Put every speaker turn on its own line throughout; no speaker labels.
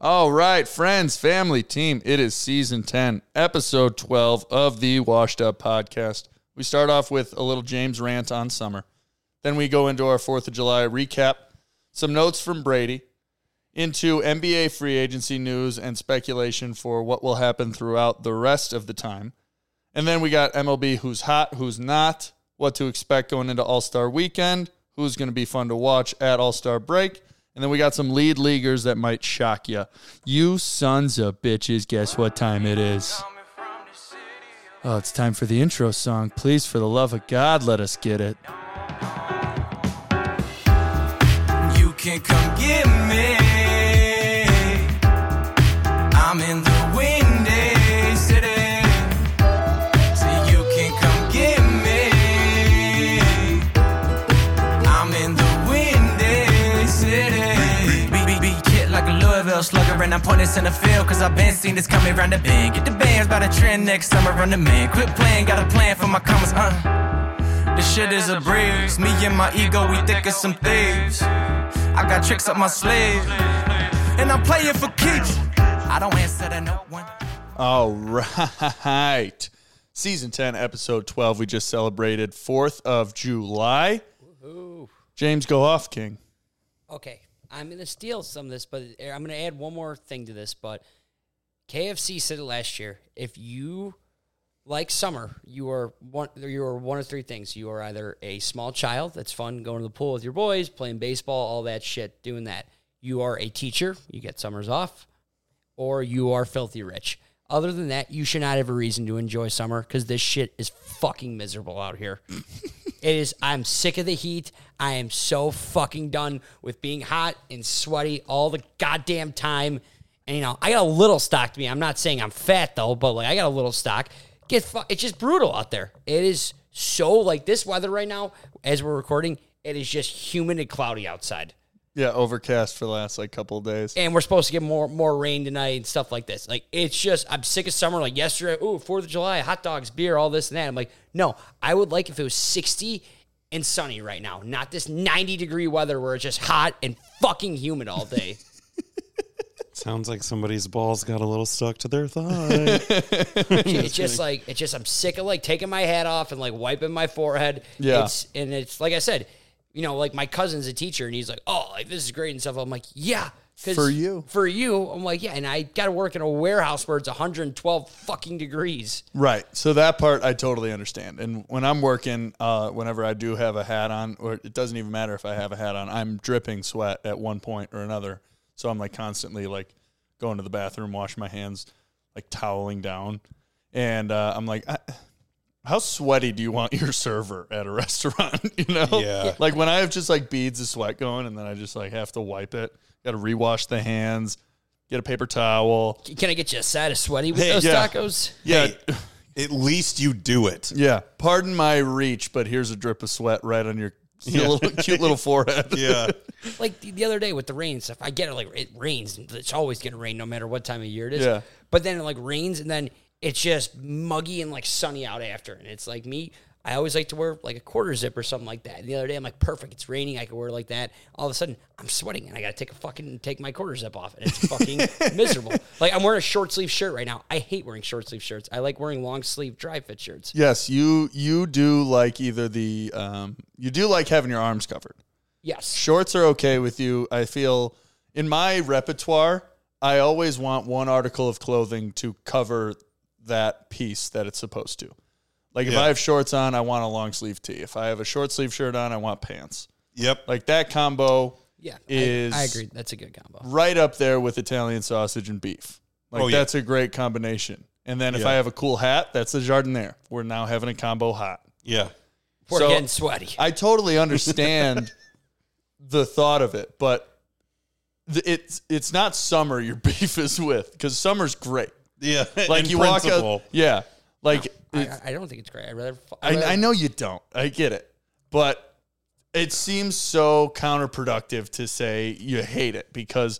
All right, friends, family, team, it is season 10, episode 12 of the Washed Up Podcast. We start off with a little James rant on summer. Then we go into our 4th of July recap, some notes from Brady, into NBA free agency news and speculation for what will happen throughout the rest of the time. And then we got MLB who's hot, who's not, what to expect going into All Star weekend, who's going to be fun to watch at All Star break. And then we got some lead leaguers that might shock you. You sons of bitches, guess what time it is? Oh, it's time for the intro song. Please, for the love of God, let us get it.
You can come get me. I'm in the windy city. So you can come get me. I'm in the windy city. Be, be, be kid like a Louisville slugger, and I'm pointing center field. Cause I've been seen this coming round the bend. Get the bands by the trend next summer, run the man. Quit playing, got a plan for my commas, huh? This shit is a breeze. Me and my ego, we thick as some thieves. I got tricks up my sleeve, and I'm playing for keeps. I don't answer to no one.
All right. Season 10, episode 12. We just celebrated 4th of July. James, go off, King.
Okay, I'm going to steal some of this, but er, I'm going to add one more thing to this. But KFC said it last year: if you like summer, you are one. You are one of three things. You are either a small child that's fun going to the pool with your boys, playing baseball, all that shit, doing that. You are a teacher, you get summers off, or you are filthy rich. Other than that, you should not have a reason to enjoy summer because this shit is fucking miserable out here. It is. I'm sick of the heat. I am so fucking done with being hot and sweaty all the goddamn time. And you know, I got a little stock to me. I'm not saying I'm fat though, but like I got a little stock. Get fu- it's just brutal out there. It is so like this weather right now, as we're recording, it is just humid and cloudy outside.
Yeah, overcast for the last like couple of days.
And we're supposed to get more more rain tonight and stuff like this. Like it's just I'm sick of summer. Like yesterday, ooh, Fourth of July, hot dogs, beer, all this and that. I'm like, no, I would like if it was 60 and sunny right now, not this 90 degree weather where it's just hot and fucking humid all day.
Sounds like somebody's balls got a little stuck to their thigh.
it's just like it's just I'm sick of like taking my hat off and like wiping my forehead.
Yeah.
It's and it's like I said, you know, like my cousin's a teacher and he's like, Oh, like this is great and stuff. I'm like, Yeah. 'cause
For you.
For you. I'm like, yeah, and I gotta work in a warehouse where it's 112 fucking degrees.
Right. So that part I totally understand. And when I'm working, uh, whenever I do have a hat on, or it doesn't even matter if I have a hat on, I'm dripping sweat at one point or another. So I'm like constantly like going to the bathroom, washing my hands, like toweling down. And uh, I'm like, I, how sweaty do you want your server at a restaurant? you know?
Yeah.
Like when I have just like beads of sweat going and then I just like have to wipe it, got to rewash the hands, get a paper towel.
Can I get you a side of sweaty with
Hey,
those
yeah.
tacos?
Yeah.
At least you do it.
Yeah. Pardon my reach, but here's a drip of sweat right on your cute, little, cute little forehead.
Yeah.
Like the, the other day with the rain and stuff, I get it. Like it rains, it's always gonna rain no matter what time of year it is.
Yeah.
But then it like rains and then it's just muggy and like sunny out after, and it's like me. I always like to wear like a quarter zip or something like that. And the other day, I'm like, perfect. It's raining. I can wear like that. All of a sudden, I'm sweating and I got to take a fucking take my quarter zip off, and it's fucking miserable. Like I'm wearing a short sleeve shirt right now. I hate wearing short sleeve shirts. I like wearing long sleeve dry fit shirts.
Yes, you you do like either the um, you do like having your arms covered.
Yes.
Shorts are okay with you. I feel in my repertoire, I always want one article of clothing to cover that piece that it's supposed to. Like if
Yeah.
I have shorts on, I want a long sleeve tee. If I have a short sleeve shirt on, I want pants.
Yep.
Like that combo
Yeah. I-
is
I, agree. That's a good combo.
right up there with Italian sausage and beef. Like
Oh, yeah.
that's a great combination. And then if
Yeah.
I have a cool hat, that's the jardiniere. We're now having a combo hot.
Yeah.
We're
So-
getting sweaty.
I totally understand the thought of it, but th- it's it's not summer your beef is with because summer's great.
Yeah.
Like
In
you
principle.
walk out, yeah. Like
I,
it-
I- I don't think it's great. I'd rather. fu- I'd
I,
rather
I know you don't. I get it. But it seems so counterproductive to say you hate it because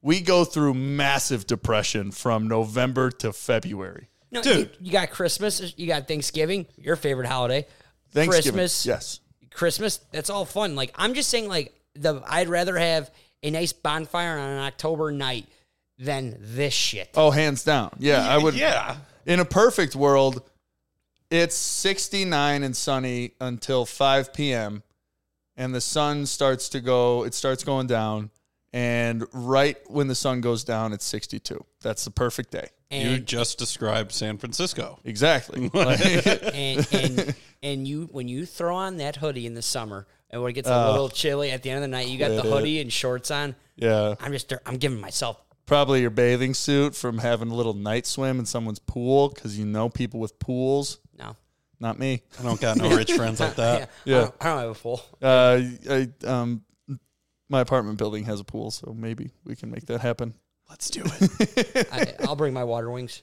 we go through massive depression from November to February.
no,
Dude.
You, you got Christmas. You got Thanksgiving. Your favorite holiday.
Thanksgiving.
Christmas.
Yes.
Christmas. That's all fun. Like I'm just saying. Like the I'd rather have a nice bonfire on an October night than this shit.
Oh, hands down. Yeah, I would.
Yeah.
In a perfect world, it's 69 and sunny until 5 p.m. and the sun starts to go, it starts going down. And right when the sun goes down, it's 62. That's the perfect day.
You
And
just described San Francisco.
Exactly. Like,
and, and and you when you throw on that hoodie in the summer and when it gets a little chilly at the end of the night, you got the
quit it.
hoodie and shorts on.
yeah.
I'm just I'm giving myself
Probably your bathing suit from having a little night swim in someone's pool because you know people with pools.
no.
Not me.
I don't got no rich friends like that.
yeah, I, don't, I don't have a pool.
Uh, I, um, my apartment building has a pool, so maybe we can make that happen.
Let's do it.
I, I'll bring my water wings.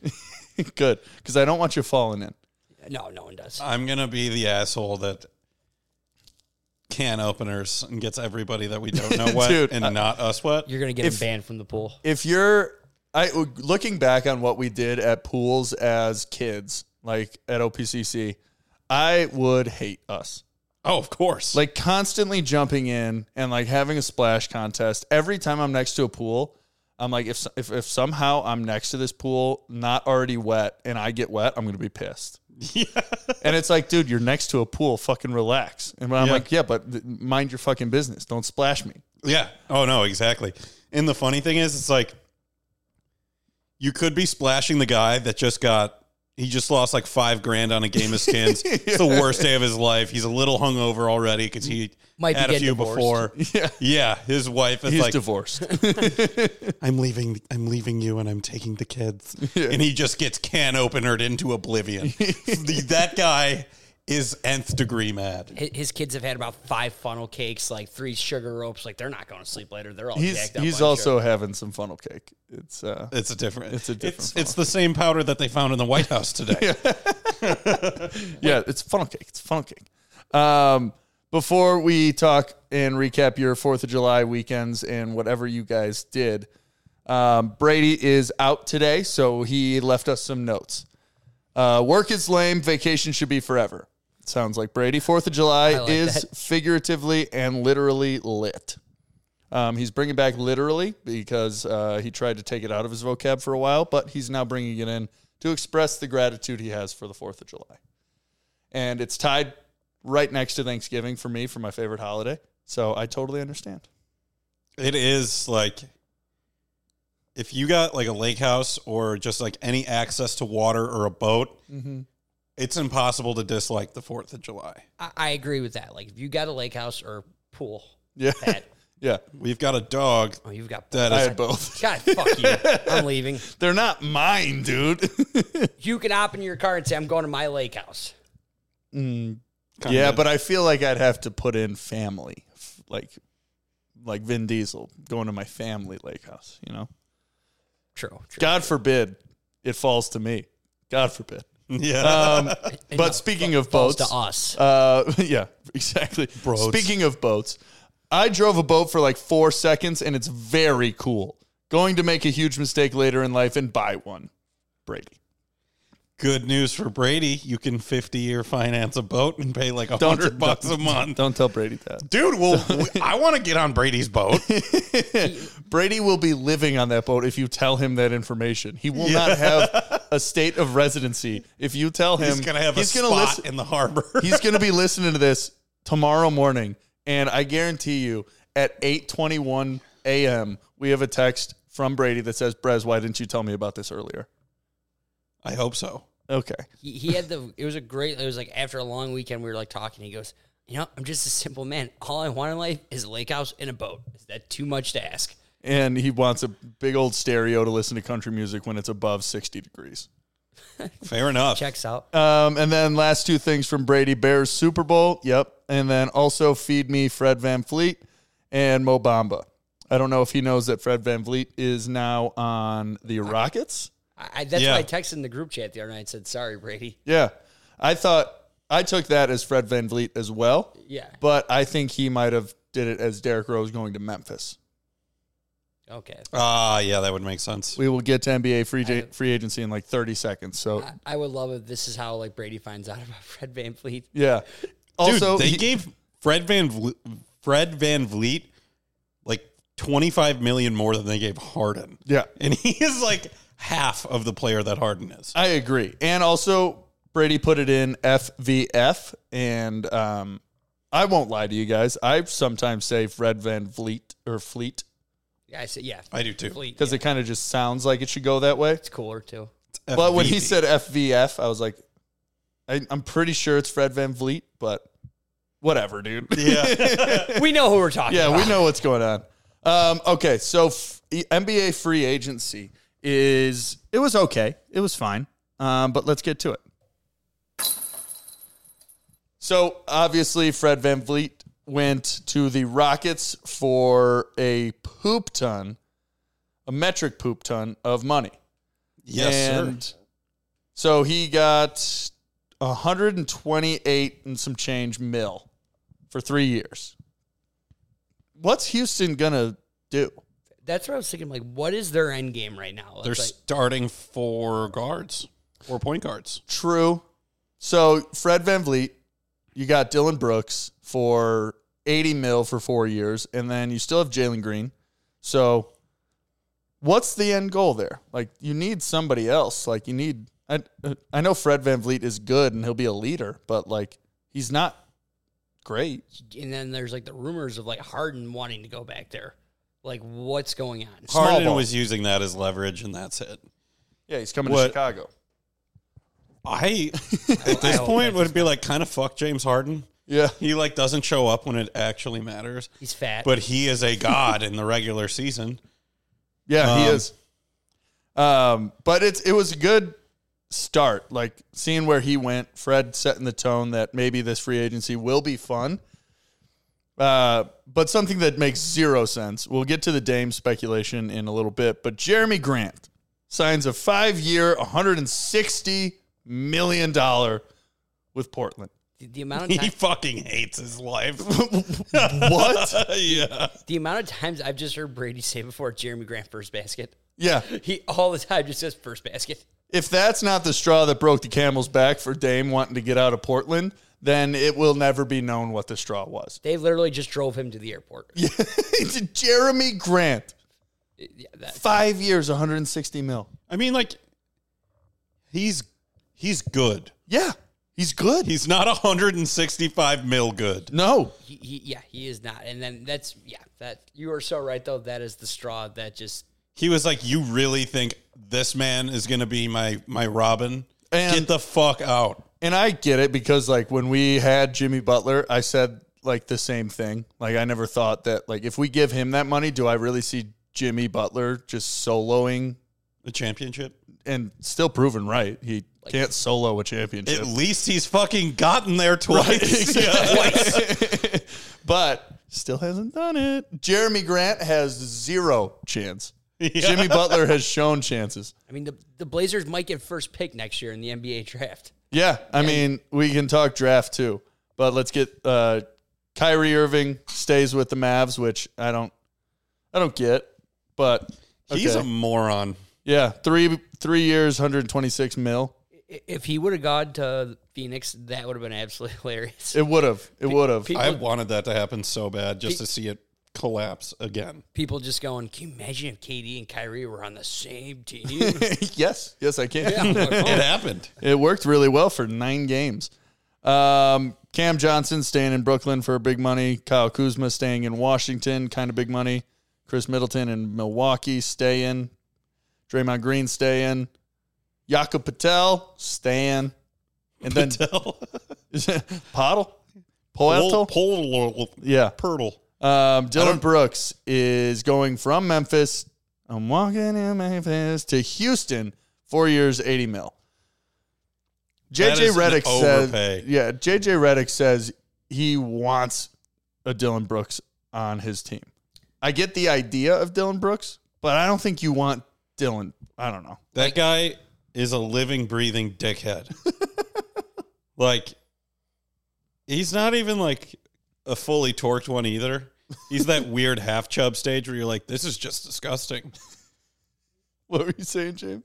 Good, because I don't want you falling in.
No, no one does.
I'm going to be the asshole that can openers and gets everybody that we don't know what
Dude,
and
I-
not us what.
You're gonna get
if-
banned from the pool.
If you're, I looking back on what we did at pools as kids, like at OPCC, I would hate us.
Oh, of course.
Like constantly jumping in and like having a splash contest. Every time I'm next to a pool, I'm like, if if, if somehow I'm next to this pool, not already wet, and I get wet, I'm gonna be pissed. And it's like, dude, you're next to a pool. Fucking relax. And I'm
Yeah.
like, yeah, but th- mind your fucking business. Don't splash me.
Yeah. Oh no, exactly. And the funny thing is, it's like you could be splashing the guy that just got he just lost like five grand on a game of skins. It's the worst day of his life. He's a little hungover already because he
Might be
had a
getting
few
divorced.
before. Yeah. His wife is
He's
like,
divorced.
I'm leaving. I'm leaving you, and I'm taking the kids. And he just gets can openered into oblivion. The- that guy is nth degree mad.
Hi- His kids have had about five funnel cakes, like three sugar ropes. Like they're not going to sleep later. They're all
he's
jacked up.
he's
on
also
sugar.
having some funnel cake. It's uh,
It's a different.
It's a different
It's, it's the same powder that they found in the White House today.
yeah, it's funnel cake. It's funnel cake. Um, before we talk and recap your Fourth of July weekends and whatever you guys did, um, Brady is out today, so he left us some notes. Uh, work is lame. Vacation should be forever. Sounds like Brady. Fourth of July
like
is
that.
figuratively and literally lit. Um, he's bringing back literally because uh, he tried to take it out of his vocab for a while, but he's now bringing it in to express the gratitude he has for the Fourth of July and it's tied right next to Thanksgiving for me for my favorite holiday. So I totally understand.
It is like if you got like a lake house or just like any access to water or a boat,
Mm-hmm.
it's impossible to dislike the Fourth of July.
I, I agree with that. Like if you got a lake house or pool,
Yeah,
Pat,
yeah.
We've got a dog
oh, you've got.
that
I
is
had both.
God, fuck you. I'm leaving.
They're not mine, dude.
You can hop in your car and say, I'm going to my lake house.
kinda-
yeah, but I feel like I'd have to put in family, F- like, like Vin Diesel going to my family lake house. You know,
True. true.
God forbid it falls to me. God forbid.
yeah.
Um,
And
but
no,
speaking of
falls
boats,
to us.
Uh, yeah, exactly.
Broads.
Speaking of boats, I drove a boat for like four seconds and it's very cool. Going to make a huge mistake later in life and buy one. Brady.
Good news for Brady. You can 50 year finance a boat and pay like a 100 bucks a month.
Don't tell Brady that.
Dude, well, we- I want to get on Brady's boat.
Brady will be living on that boat if you tell him that information. He will not have a state of residency if you tell him
He's going to have
he's
a
gonna
spot
listen-
in the harbor.
he's going to be listening to this tomorrow morning and i guarantee you at 8.21 a.m we have a text from brady that says brez why didn't you tell me about this earlier
I hope so.
okay
he, he had the it was a great it was like after a long weekend we were like talking he goes you know i'm just a simple man all i want in life is a lake house and a boat is that too much to ask
and he wants a big old stereo to listen to country music when it's above 60 degrees
Fair enough.
checks out
um, and then last two things from brady bears super bowl yep and then also feed me fred van fleet and mobamba i don't know if he knows that fred van fleet is now on the rockets
I, I- that's
Yeah.
why i texted in the group chat the other night and said sorry brady
Yeah. I thought I took that as Fred Van Vliet as well.
yeah
But I think he might have did it as Derrick Rose going to Memphis.
okay
Ah, yeah, that would make sense.
We will get to NBA free ja- free agency in like 30 seconds. So
I, I would love if this is how like brady finds out about fred van fleet
yeah. Also
Dude, they
he-
gave Fred Van Vl- Fred Van Vliet like 25 million more than they gave Harden.
Yeah.
And he is like half of the player that Harden is.
I agree. And also, Brady put it in FVF. And um, I won't lie to you guys. I sometimes say Fred Van Fleet or Fleet
Yeah, I said yeah.
I do too.
Fleet,
because
yeah,
it kind of just sounds like it should go that way.
it's cooler too.
But when he
FVP.
said FVF, I was like, I, I'm pretty sure it's Fred Van Vliet, but whatever, dude.
yeah.
we know who we're talking
yeah,
about.
we know what's going on. Um, okay, so f- e- NBA free agency is it was okay, it was fine, um, but let's get to it. So obviously, Fred Van Vliet went to the Rockets for a poop ton, a metric poop ton of money.
yes,
and
sir.
so he got 128 and some change mil for three years. What's Houston gonna do?
That's what I was thinking. Like, what is their end game right now? It's
They're
like,
starting four guards, four point guards.
True. So Fred Van Vliet, you got Dylan Brooks for 80 mil for four years, and then you still have Jalen Green. So what's the end goal there? Like you need somebody else. Like you need I I know Fred Van Vliet is good and he'll be a leader, but like he's not great.
and then there's like the rumors of like Harden wanting to go back there. Like, what's going on?
Small
Harden
ball.
was using that as leverage, and that's it.
Yeah, he's coming to
What-
Chicago.
I at
I
this
hope
point
that
would be like kind of fuck James Harden.
Yeah.
He like doesn't show up when it actually matters,
He's fat.
but he is a god in the regular season.
Yeah, he
Um,
is. Um, but it's it was a good start, like seeing where he went. Fred setting the tone that maybe this free agency will be fun. Uh, but something that makes zero sense. We'll get to the Dame speculation in a little bit. But Jeremy Grant signs a five-year, one hundred and sixty million dollar with Portland.
the, the amount of
He
time,
fucking hates his life.
What?
yeah.
the amount of times I've just heard Brady say before Jeremy Grant first basket.
yeah.
He all the time just says first basket.
if that's not the straw that broke the camel's back for Dame wanting to get out of Portland, then it will never be known what the straw was.
They literally just drove him to the airport. Yeah,
It's Jeremy Grant,
that,
five years, 160 mil.
I mean, like he's he's good.
Yeah, he's good.
He's not 165 mil good.
no,
he, he, yeah, he is not. And then that's yeah, that you are so right though. That is the straw that just
He was like, "You really think this man is going to be my my Robin?
And-
Get the fuck out."
and I get it because like when we had Jimmy Butler, I said like the same thing. Like I never thought that like if we give him that money, do I really see Jimmy Butler just soloing
The championship.
and still proven right? He can't solo a championship.
At least he's fucking gotten there twice. Twice.
but still hasn't done it. Jeremy Grant has zero chance.
Yeah.
Jimmy Butler has shown chances.
I mean the the Blazers might get first pick next year in the NBA draft.
Yeah, I mean, we can talk draft too, but let's get uh, Kyrie Irving stays with the Mavs, which I don't, I don't get, but
He's
okay.
a moron.
yeah, three three years, hundred twenty six mil.
I- If he would have gone to Phoenix, that would have been absolutely hilarious.
It would have, it would have.
I wanted that to happen so bad just to see it collapse again.
People just going, can you imagine if KD and Kyrie were on the same team?
yes, yes, I can.
Yeah, I'm like, oh,
It happened.
It worked really well for nine games. Um, Cam Johnson staying in Brooklyn for big money. Kyle Kuzma staying in Washington, kind of big money. Chris Middleton in Milwaukee, stay in. Draymond Green, stay in. Jakob Patel, stay in. And then
Tell.
Podle, Poeltel.
Pol-
Yeah.
Purtle.
Um, Dylan
don't-
Brooks is going from Memphis. I'm walking in Memphis to Houston. Four years, eighty mil.
That
JJ
is an
Redick
overpay.
says, "Yeah, JJ Redick says he wants a Dylan Brooks on his team. I get the idea of Dylan Brooks, but I don't think you want Dylan. I don't know.
That guy is a living, breathing dickhead. like, he's not even like a fully torqued one either. He's that weird half chub stage where you're like, this is just disgusting.
What were you saying, James?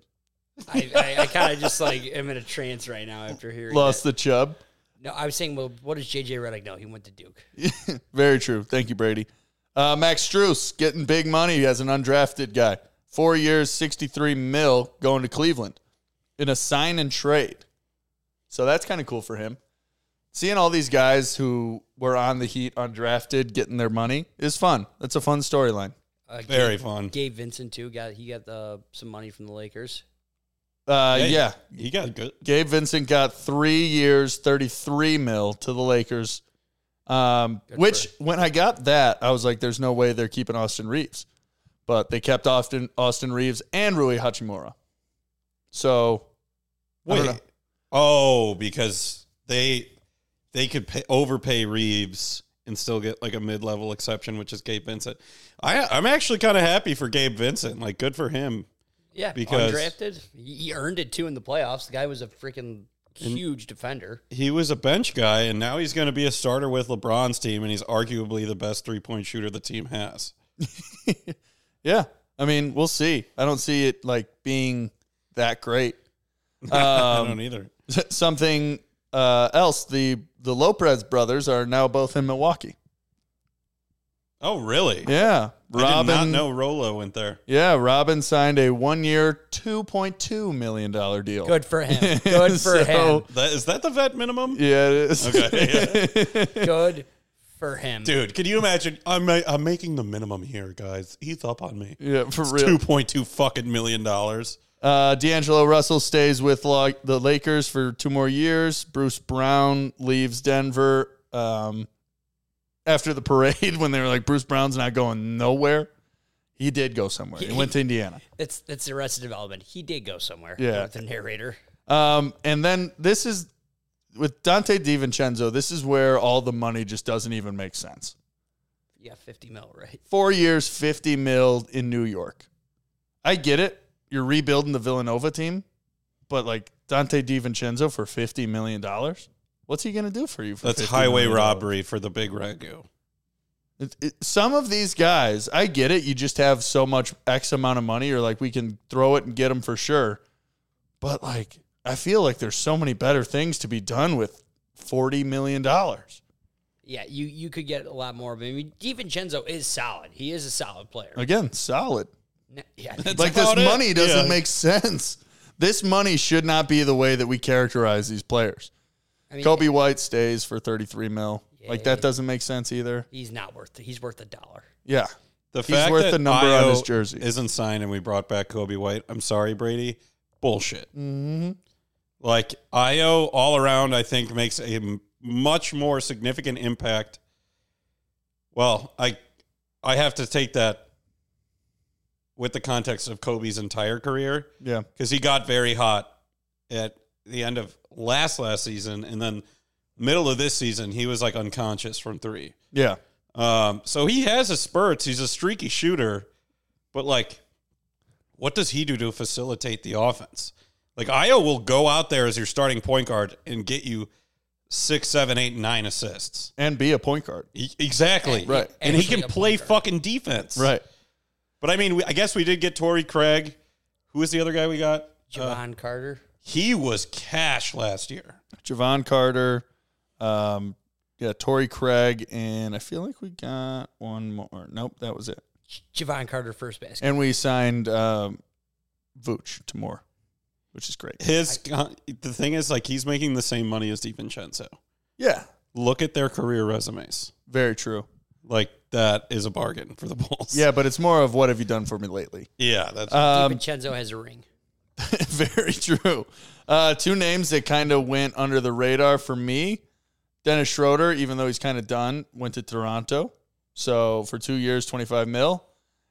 I, I, I kind of just like am in a trance right now after hearing.
Lost
that.
the chub.
No, I was saying, well, what does JJ Redick know? He went to Duke.
Very true. Thank you, Brady. Uh, Max Struess getting big money as an undrafted guy. Four years, 63 mil going to Cleveland in a sign and trade. So that's kind of cool for him. Seeing all these guys who were on the Heat undrafted getting their money is fun. That's a fun storyline.
Uh, Gabe-
Very fun.
Gabe Vincent too got he got the, some money from the Lakers.
Uh,
Hey.
yeah,
He got good.
Gabe Vincent got three years, 33 mil to the Lakers. Um, which, when I got that, I was like, there's no way they're keeping Austin Reeves. But they kept Austin, Austin Reeves and Rui Hachimura. So, I don't
Wait.
know.
Oh, because they they could pay, overpay Reeves and still get like a mid level exception, which is Gabe Vincent. I I'm actually kind of happy for Gabe Vincent. Like, good for him.
Yeah,
Because-
undrafted. He he earned it too in the playoffs. The guy was a freaking huge defender.
He was a bench guy, and now he's going to be a starter with LeBron's team, and he's arguably the best three point shooter the team has.
yeah, I mean, we'll see. I don't see it like being that great. Um,
I don't either.
something uh, else. The the Lopez brothers are now both in Milwaukee.
Oh, really?
Yeah,
I did not know Rolo went there.
Yeah, Robin signed a one-year, two point two million dollar deal.
Good for him. Good for
So-
him.
That, is that the vet minimum?
Yeah, it is.
Okay,
Good for him.
Dude, can you imagine? I'm ma- I'm making the minimum here, guys. He's up on me.
yeah, for
Two
real.
point two fucking million dollars.
Uh, D'Angelo Russell stays with Lo- the Lakers for two more years. Bruce Brown leaves Denver um, after the parade when they were like, Bruce Brown's not going nowhere. He did go somewhere. He went to Indiana.
That's that's Arrested Development. He did go somewhere.
Yeah.
with the narrator.
Um, and then this is with Dante DiVincenzo. This is where all the money just doesn't even make sense.
Yeah, fifty mil, right?
four years, 50 mil in New York. I get it. You're rebuilding the Villanova team, but like Dante DiVincenzo for $50 million? What's he going to do for you? For
That's
$50
highway
million?
robbery for the big ragu.
It- it- some of these guys, I get it. You just have so much X amount of money, or like we can throw it and get them for sure. But like, I feel like there's so many better things to be done with $40 million.
Yeah, you you could get a lot more. But I mean, Divincenzo is solid. He is a solid player.
Again, solid.
Ne- Yeah,
like this
about it.
money doesn't
Yeah.
make sense. This money should not be the way that we characterize these players.
I mean,
Kobe White stays for 33 mil. Like that doesn't make sense either.
He's not worth. it. He's worth a dollar.
Yeah.
The
He's
fact
worth
that
the number on
Io
his jersey.
isn't signed, and we brought back Kobe White. I'm sorry, Brady. Bullshit. Mm-hmm. Like Io all around, I think makes a m- much more significant impact. Well, I I have to take that with the context of Kobe's entire career
Yeah.
because he got very hot at the end of last last season, and then middle of this season, he was like unconscious from three.
Yeah.
Um, so he has his spurts. He's a streaky shooter, but like, what does he do to facilitate the offense? Like Io will go out there as your starting point guard and get you six, seven, eight, nine assists.
And be a point guard.
E- exactly.
Right.
And he
Actually
can
a
play
point guard.
fucking defense.
Right.
But I mean, we, I guess we did get Torrey Craig. Who was the other guy we got? Uh,
Javon Carter.
he was cash last year.
Javon Carter, um, yeah, Torrey Craig, and I feel like we got one more. Nope, that was it.
Javon Carter first basket.
And we signed um, Vooch to more, which is great.
His con- the thing is like he's making the same money as DiVincenzo.
Yeah.
Look at their career resumes.
Very true.
Like that is a bargain for the Bulls.
Yeah, but it's more of what have you done for me lately?
yeah. That's
Uh,
Um,
Divincenzo has a ring.
Very true. Uh, two names that kind of went under the radar for me. Dennis Schroeder, even though he's kind of done, went to Toronto. So for two years, 25 mil.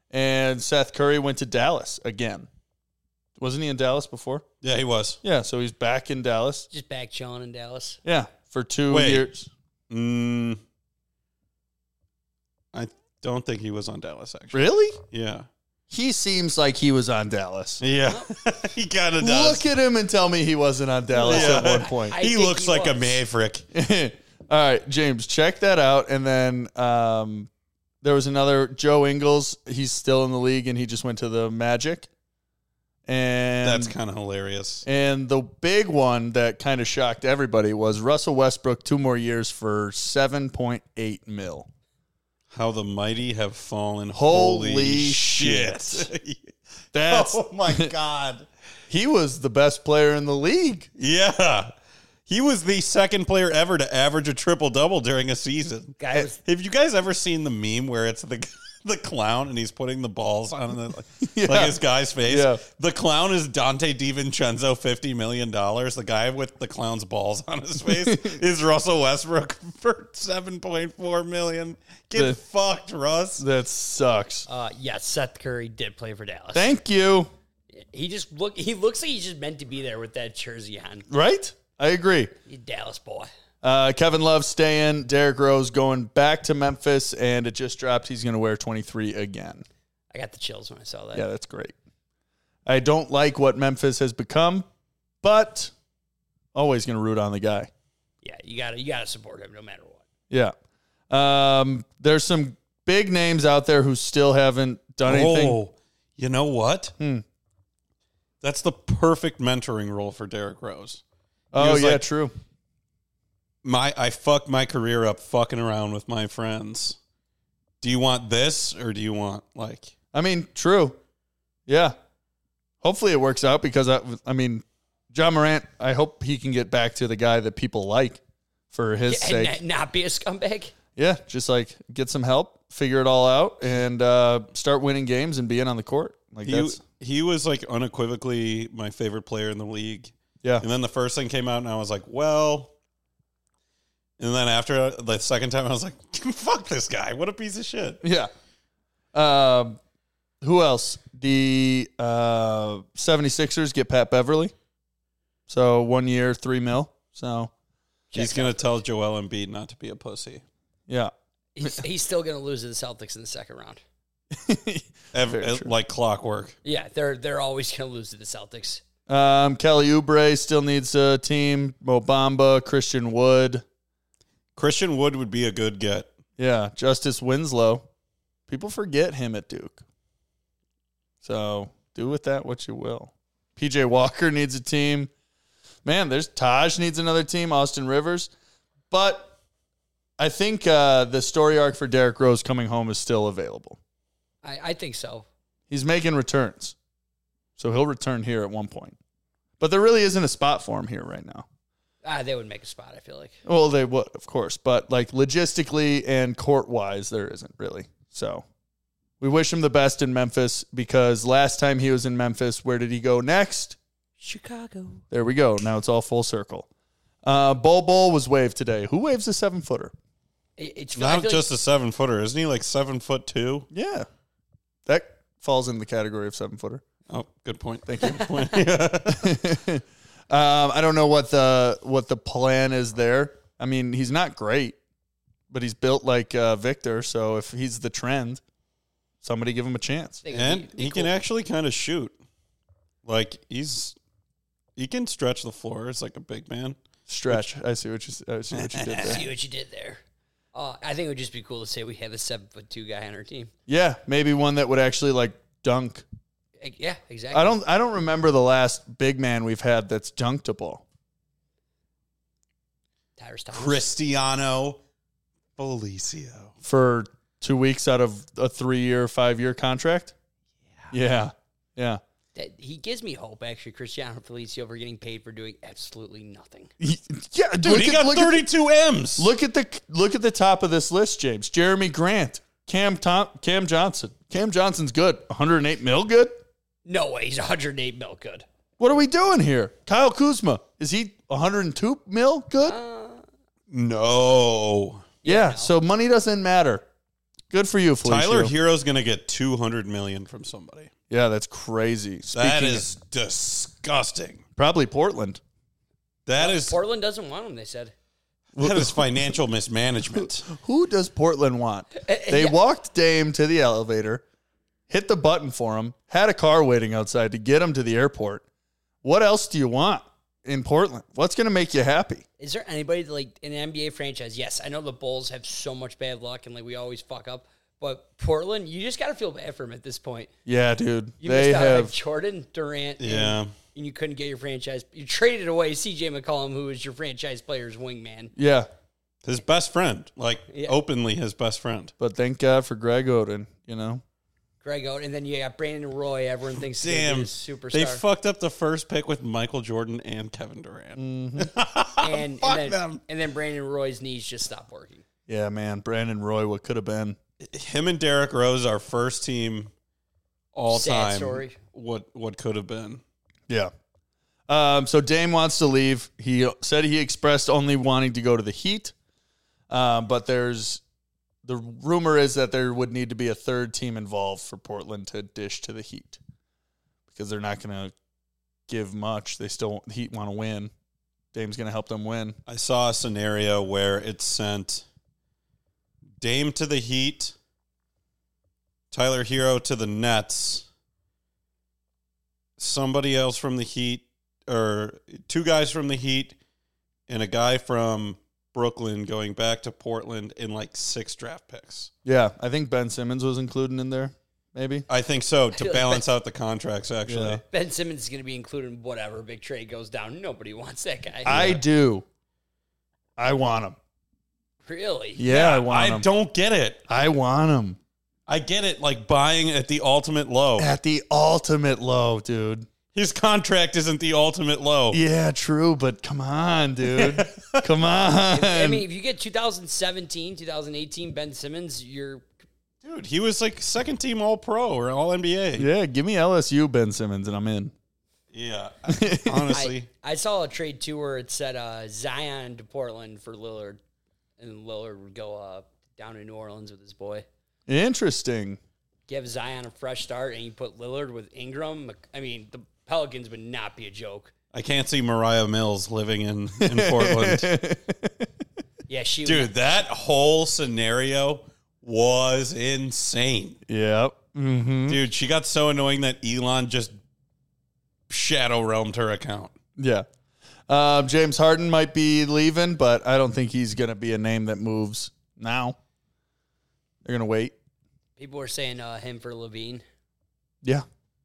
And Seth Curry went to Dallas again. Wasn't he in Dallas before?
yeah. He was.
Yeah, so he's back in Dallas.
Just back chilling in Dallas.
Yeah, for two
Wait.
years.
Mm, I don't think he was on Dallas actually.
Really?
Yeah.
He seems like he was on Dallas.
Yeah. he kind of does.
Look at him and tell me he wasn't on Dallas
Yeah.
at one point.
I
he
think
looks like a
was.
maverick.
All right, James, check that out. And then um, there was another Joe Ingles. He's still in the league, and he just went to the Magic. And
That's kind of hilarious.
and the big one that kind of shocked everybody was Russell Westbrook. Two more years for seven point eight mil.
How the mighty have fallen.
Holy
Holy, shit.
That's
oh my God.
he was the best player in the league.
Yeah. He was the second player ever to average a triple double during a season.
eh,
Guy was-
Have you guys ever seen the meme where it's the the clown and he's putting the balls on the like,
Yeah.
his guy's face?
Yeah.
The clown is Dante DiVincenzo, fifty million dollars. The guy with the clown's balls on his face is Russell Westbrook for seven point four million. Get
The-
fucked, Russ.
That sucks.
Uh, yes, Seth Curry did play for Dallas.
Thank you.
He just look. He looks like he's just meant to be there with that jersey on.
Right? I agree.
You Dallas boy.
Uh, Kevin Love staying. Derrick Rose going back to Memphis, and it just dropped. He's going to wear 23 again.
I got the chills when I saw that.
Yeah, that's great. I don't like what Memphis has become, but always going to root on the guy.
Yeah, you gotta you gotta support him no matter what.
Yeah. Um, there's some big names out there who still haven't done anything.
Oh, you know what?
Hmm.
That's the perfect mentoring role for Derrick Rose.
oh
was
yeah,
like-
true.
my I fucked my career up fucking around with my friends. Do you want this or do you want like
I mean, true. Yeah. Hopefully it works out because I, I mean, John Morant. I hope he can get back to the guy that people like for his
And
sake.
not, not be a scumbag.
yeah, just like get some help, figure it all out, and uh, start winning games and being on the court. Like
he
that's
he was like unequivocally my favorite player in the league.
yeah,
And then the first thing came out and I was like, well and then after uh, the second time I was like, fuck this guy. What a piece of shit.
yeah. Um, who else? The uh, 76ers get Pat Beverly. So one year, three mil. So
He's going to tell Joel Embiid not to be a pussy.
yeah,
He's, he's still gonna lose to the Celtics in the second round.
Ev- eh, like clockwork.
Yeah, they're they're always gonna lose to the Celtics.
Um, Kelly Oubre still needs a team. Mobamba, Christian Wood,
Christian Wood would be a good get.
yeah, Justice Winslow. People forget him at Duke. So do with that what you will. PJ Walker needs a team. Man, there's Taj needs another team. Austin Rivers, but I think uh, the story arc for Derrick Rose coming home is still available.
I, I think so.
He's making returns, so he'll return here at one point. But there really isn't a spot for him here right now.
Ah, they would make a spot. I feel like.
Well, they would, of course, but like logistically and court wise, there isn't really. So we wish him the best in Memphis because last time he was in Memphis, where did he go next?
Chicago.
There we go. Now it's all full circle. Uh, Bol Bol was waived today. Who waves a seven footer?
It, it's I
Not
feel
just a seven footer. Isn't he like seven foot two?
Yeah. That falls in the category of seven footer.
Oh, good point.
Thank you. um, I don't know what the what the plan is there. I mean, he's not great, but he's built like uh, Victor. So if he's the trend, somebody give him a chance.
like,
And he can actually kind of shoot. Like he's he can stretch the floor as like a big man.
Stretch. I see what you. s- I see what you did there.
see what you did there. Uh, I think it would just be cool to say we have a seven foot two guy on our team.
Yeah, maybe one that would actually like dunk.
Eh, Yeah, exactly.
I don't. I don't remember the last big man we've had that's dunked a ball.
Tyrus Thomas.
Cristiano Felicio.
for two weeks out of a three year, five year contract. Yeah. Yeah.
That, he gives me hope, actually, Cristiano Felicio, for getting paid for doing absolutely nothing.
Yeah, dude,
Dude, he got
look, at,
32 M's.
look at the look at the top of this list, James. Jeremy Grant, Cam Tom, Cam Johnson. Cam Johnson's good. 108 mil good?
No way. He's 108 mil good.
What are we doing here? Kyle Kuzma, is he 102 mil good?
no.
yeah, so money doesn't matter. Good for you, Felicio.
Tyler Hero's going to get 200 million from somebody.
Yeah, that's crazy. Speaking
That
of-
is disgusting.
probably Portland.
That is
Portland doesn't want him, they said.
that is financial mismanagement.
Who does Portland want?
Uh,
They walked Dame to the elevator, hit the button for him, had a car waiting outside to get him to the airport. What else do you want in Portland? What's going to make you happy?
Is there anybody that, like in an NBA franchise? Yes, I know the Bulls have so much bad luck and like we always fuck up, but Portland, you just got to feel bad for him at this point.
Yeah, dude.
You
they
missed out on
have.
Jordan Durant. and-
Yeah.
and you couldn't get your franchise. You traded away CJ McCollum, who was your franchise player's wingman.
Yeah.
His best friend, like
Yeah.
openly his best friend.
But thank God for Greg Oden, you know?
Greg Oden, and then you got Brandon Roy. Everyone thinks he's
Damn,
a superstar.
they fucked up the first pick with Michael Jordan and Kevin Durant.
Mm.
and,
fuck
and, then,
them.
and then Brandon Roy's knees just stopped working.
Yeah, man. Brandon Roy, what could have been?
Him and Derrick Rose are first team all
Sad
time.
story.
What what could have been?
Yeah. Um, so Dame wants to leave. He said he expressed only wanting to go to the Heat, um, but there's the rumor is that there would need to be a third team involved for Portland to dish to the Heat because they're not going to give much. They still the Heat want to win. Dame's going to help them win.
I saw a scenario where it sent Dame to the Heat, Tyler Hero to the Nets, somebody else from the Heat, or two guys from the Heat, and a guy from Brooklyn going back to Portland in like six draft picks.
Yeah, I think Ben Simmons was included in there. Maybe
I think so to
feel like
balance out the contracts, actually.
Yeah.
Ben Simmons is going to be included in whatever big trade goes down. Nobody wants that guy.
I do. I want him.
really?
Yeah, I
I
want him.
don't get it.
I want him
I get it, like buying at the ultimate low.
at the ultimate low, dude.
His contract isn't the ultimate low.
Yeah, true, but come on, dude. come on.
I mean, if you get 2017, 2018 Ben Simmons, you're
Dude, he was like second team All Pro or All NBA. Yeah,
yeah, give me LSU Ben Simmons and I'm in.
I- honestly,
I, I saw a trade too where it said uh, Zion to Portland for Lillard, and Lillard would go uh, down to New Orleans with his boy.
Interesting.
Give Zion a fresh start, and you put Lillard with Ingram. Mc- I mean, the Pelicans would not be a joke.
I can't see Mariah Mills living in in Portland.
Yeah, she. would
Dude, that whole scenario was insane.
Yep.
Dude, she got so annoying that Elon just shadow realmed her account.
Yeah. Um, James Harden might be leaving, but I don't think he's going to be a name that moves now. They're going to wait.
people were saying uh, him for Levine.
Yeah.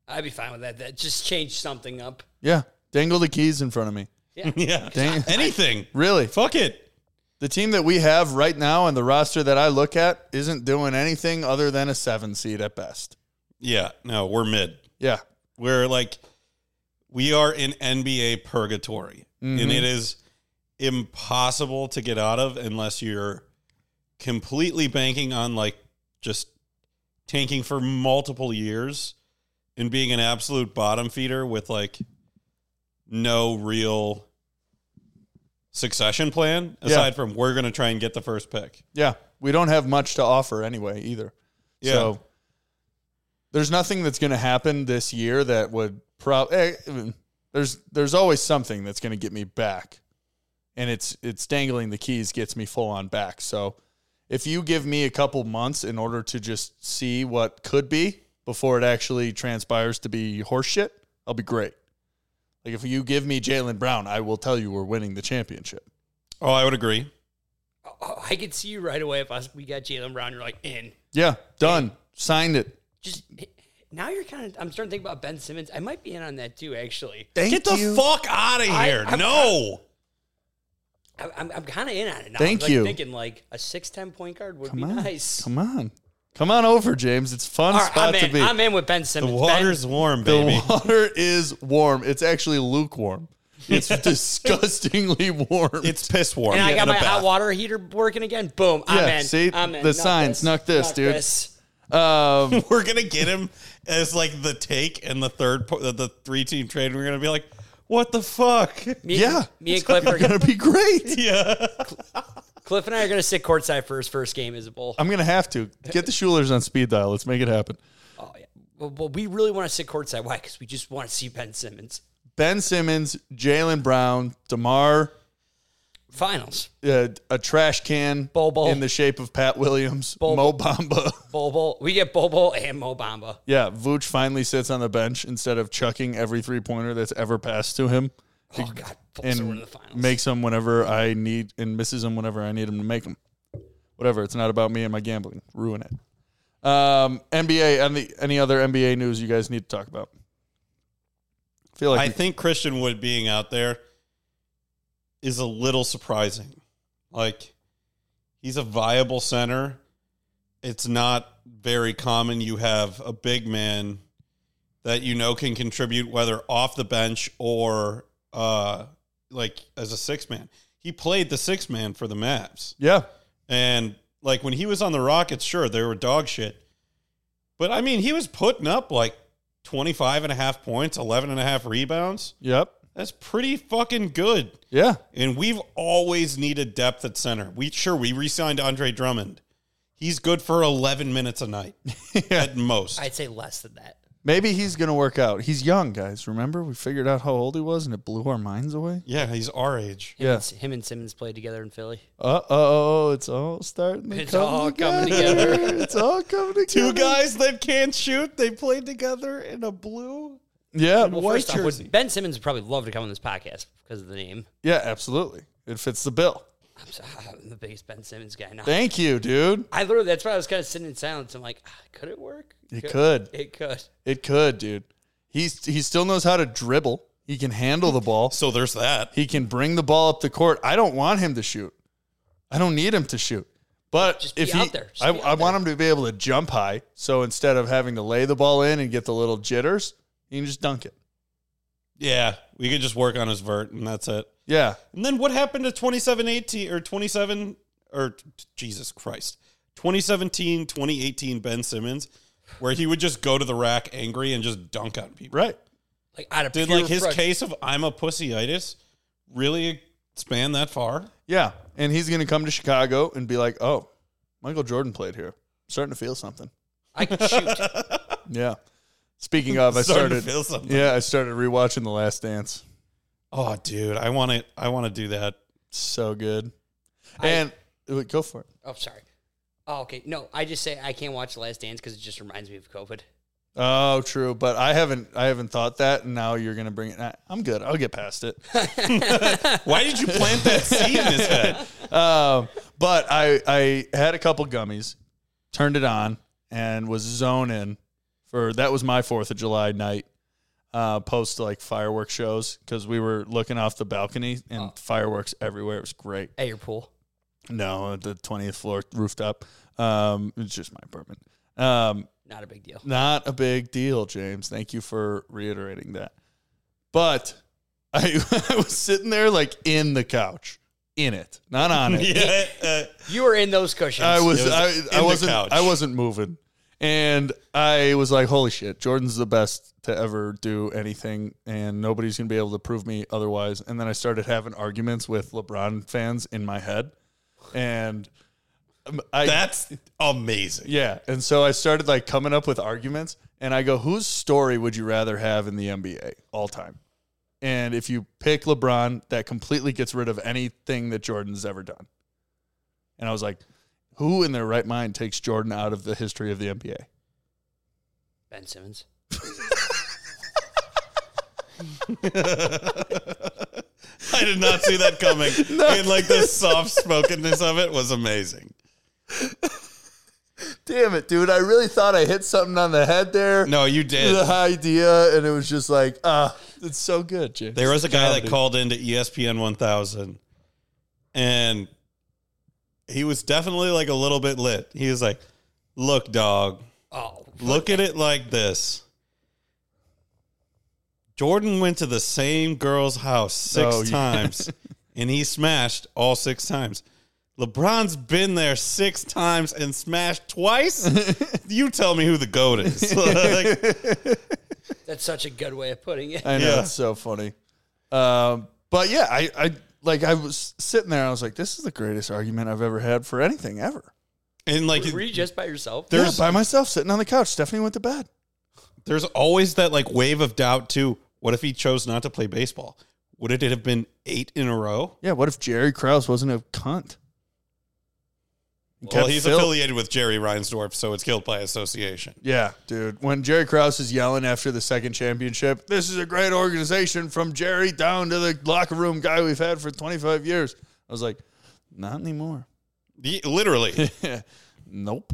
I'd be fine with that. That just change something up.
Yeah. Dangle the keys in front of me.
Yeah,
Dang.
anything.
Really?
Fuck it.
The team that we have right now and the roster that I look at isn't doing anything other than a seven seed at best.
Yeah, no, we're mid.
Yeah.
We're like, we are in NBA purgatory, and it is impossible to get out of unless you're completely banking on like just tanking for multiple years and being an absolute bottom feeder with like no real succession plan aside from we're going to try and get the first pick.
Yeah. We don't have much to offer anyway either.
Yeah.
So there's nothing that's going to happen this year that would probably there's there's always something that's going to get me back. And it's it's dangling the keys gets me full on back. So if you give me a couple months in order to just see what could be before it actually transpires to be horseshit, I'll be great. Like if you give me Jalen Brown, I will tell you we're winning the championship.
Oh, I would agree.
Oh, I could see you right away if I, we got Jalen Brown. You're like in.
Yeah, done. Signed it.
Just now, you're kind of. I'm starting to think about Ben Simmons. I might be in on that too. Actually,
Thank
get the
you.
fuck out of here.
I-
no.
I, I'm, I'm kind of in on it now.
Thank
I was, like,
you.
Thinking like a six ten point guard would
Come
be
on.
nice.
Come on. Come on over, James. It's fun
All right,
spot
I'm
to
in.
be.
I'm in with Ben
the
Simmons.
water's warm,
the
baby.
water is warm. It's actually lukewarm. It's disgustingly warm.
It's piss warm.
Ben, and I
Get
got
in a
my hot
bath.
water heater working again. Boom. I'm
Yeah,
in.
see?
I'm in.
The signs. Knock this, dude. um,
We're gonna get him as like the take and the third, po- the, the three team trade. And we're gonna be like, what the fuck?
Me,
Yeah.
Me and Cliff are
gonna be great.
Yeah,
Cliff and I are gonna sit courtside for his first game as a bowl.
I'm gonna have to get the Schulers on speed dial. Let's make it happen.
Oh yeah. Well, well, we really want to sit courtside. Why? Because we just want to see Ben Simmons
Ben Simmons, Jalen Brown, Demar,
finals.
uh, a trash can
Bobo.
in the shape of Pat Williams, Mo
Bobo.
Bamba.
Bobo. We get Bobo and Mo Bamba.
Yeah, Vooch finally sits on the bench instead of chucking every three pointer that's ever passed to him.
Oh God. Bulls are winning
and
the finals.
makes them whenever I need and misses them whenever I need him to make them. Whatever. It's not about me and my gambling. Ruin it. Um, NBA and the any other NBA news you guys need to talk about. I feel like
I
we-
think Christian Wood being out there is a little surprising. Like He's a viable center. It's not very common you have a big man that you know can contribute whether off the bench or uh like as a six man. He played the six man for the Mavs.
Yeah.
And like when he was on the Rockets, sure, they were dog shit. But I mean, he was putting up like 25 and a half points, 11 and a half rebounds.
Yep.
That's pretty fucking good.
Yeah.
And we've always needed depth at center. We sure we re-signed Andre Drummond. He's good for 11 minutes a night at most.
I'd say less than that.
Maybe he's going to work out. He's young, guys. Remember, we figured out how old he was and it blew our minds away?
yeah, he's our age.
Him,
Yeah.
and, him and Simmons played together in Philly.
Uh oh, it's all starting to
It's
come
all coming
together. it's all coming together.
Two guys that can't shoot, they played together in a blue.
Yeah.
Well,
Well,
White
first off,
jersey.
would, Ben Simmons would probably love to come on this podcast because of the name.
Yeah, absolutely. It fits the bill.
I'm, so, I'm the biggest Ben Simmons guy now.
Thank you, dude.
I literally, that's why I was kind of sitting in silence. I'm like, ah, could it work?
It could.
It could.
It could, dude. He's he still knows how to dribble. He can handle the ball.
So there's that.
He can bring the ball up the court. I don't want him to shoot. I don't need him to shoot. But
Just be
if he,
out there. Just
I,
be out
I want him to be able to jump high. So instead of having to lay the ball in and get the little jitters, he can just dunk it.
Yeah, we could just work on his vert and that's it.
Yeah.
And then what happened to 2017 or 27 or t- Jesus Christ. 2017, 2018 Ben Simmons where he would just go to the rack angry and just dunk on people.
Right.
Like out of
Did
pure
like his
frust-
case of I'm a pussyitis really span that far?
Yeah. And he's going to come to Chicago and be like, oh, Michael Jordan played here. I'm starting to feel something.
I could shoot.
Yeah. Speaking of, I
Starting
started.
to feel something.
yeah, I started rewatching The Last Dance.
Oh, dude, I want to. I want to do that.
So good. And go for it.
oh, sorry. Oh, okay. No, I just say I can't watch The Last Dance because it just reminds me of COVID.
Oh, true. But I haven't I haven't thought that, and now you're gonna bring it. I- I'm good. I'll get past it.
Why did you plant that seed in his head?
um, but I I had a couple gummies, turned it on, and was zoning for that was my Fourth of July night. Uh, post like fireworks shows because we were looking off the balcony and fireworks everywhere. It was great.
At your pool.
No, the twentieth floor rooftop. Um, it's just my apartment. Um,
Not a big deal.
Not a big deal, James. Thank you for reiterating that. But I, I was sitting there like in the couch, in it, not on it.
Yeah, uh,
You were in those cushions.
I was,
It was in
I, I
the
wasn't
couch.
I wasn't moving, and I was like, "Holy shit, Jordan's the best to ever do anything, and nobody's gonna be able to prove me otherwise." And then I started having arguments with LeBron fans in my head, and um, I,
uh, that's amazing.
yeah, and so I started like coming up with arguments, and I go, whose story would you rather have in the NBA all time? And if you pick LeBron, that completely gets rid of anything that Jordan's ever done. And I was like, who in their right mind takes Jordan out of the history of the NBA?
ben Simmons.
I did not see that coming. And like the soft spokenness of it was amazing.
Damn it, dude! I really thought I hit something on the head there.
No, you
the
did.
idea, and it was just like, ah, it's so good, James.
There was a guy that called into E ESPN 1000, and he was definitely like a little bit lit. He was like, "Look, dog."
Oh,
Look at it like this. Jordan went to the same girl's house six
Oh, yeah.
times and he smashed all six times. LeBron's been there six times and smashed twice. you tell me who the GOAT is. Like,
that's such a good way of putting it.
I know
Yeah.
it's so funny. Um, but yeah, I, I like I was sitting there. I was like, this is the greatest argument I've ever had for anything ever.
and like
Were you just by yourself?
Yeah,
there's
by myself sitting on the couch. Stephanie went to bed.
there's always that like wave of doubt too. What if he chose not to play baseball? Would it have been eight in a row?
Yeah, what if Jerry Krause wasn't a cunt?
Well,
Kept
he's
Phil-
affiliated with Jerry Reinsdorf, so it's killed by association.
Yeah, dude. When Jerry Krause is yelling after the second championship, this is a great organization from Jerry down to the locker room guy we've had for 25 years. I was like, not anymore.
Ye- Literally.
nope.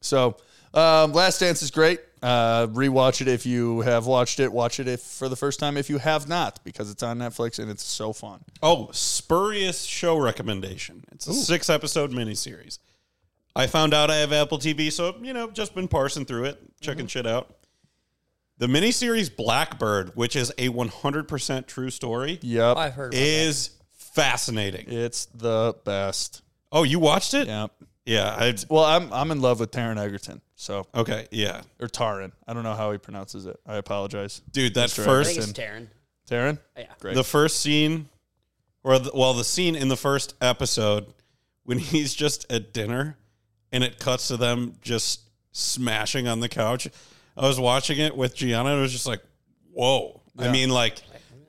So, um, Last Dance is great. Uh, rewatch it if you have watched it. Watch it if for the first time if you have not, because it's on Netflix and it's so fun.
Oh, spurious show recommendation. It's a six episode miniseries. I found out I have Apple TV, so you know, just been parsing through it,
Mm-hmm.
checking shit out. The miniseries Blackbird, which is a 100% true story,
Yep,
I've heard about that.
is fascinating.
it's the best.
Oh, you watched it?
Yep.
Yeah. I,
Well, I'm I'm in love with Taron Egerton. So
okay. Yeah.
or Taron. I don't know how he pronounces it. I apologize.
Dude, that
Mr.
I
first
think it's Taryn.
Taron.
Yeah.
Great.
the first scene or the, well the scene in the first episode when he's just at dinner and it cuts to them just smashing on the couch i was watching it with gianna and it was just like whoa i mean like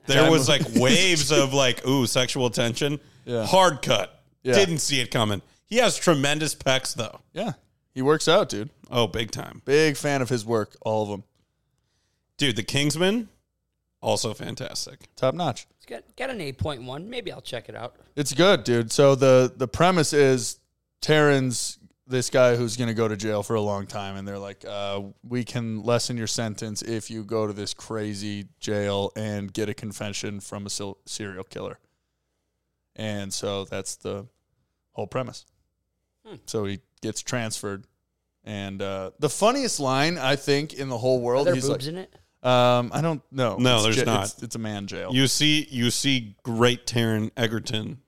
there was like waves of like ooh sexual tension
Yeah.
hard cut
Yeah.
didn't see it coming he has tremendous pecs though
yeah, he works out, dude.
oh big time
Big fan of his work. All of them,
dude the kingsman also fantastic
top notch.
It's got, got an 8.1. Maybe I'll check it out.
It's good, dude. So the the premise is Taryn's this guy who's going to go to jail for a long time, and they're like, uh, "We can lessen your sentence if you go to this crazy jail and get a confession from a sil- serial killer." And so that's the whole premise.
Hmm.
So he gets transferred, and uh, the funniest line I think in the whole
Are
world,
there
he's
boobs
like,
in it?
um, "I don't know."
No,
It's
there's
ja-
not.
It's, it's a man jail.
you see you see great Taron egerton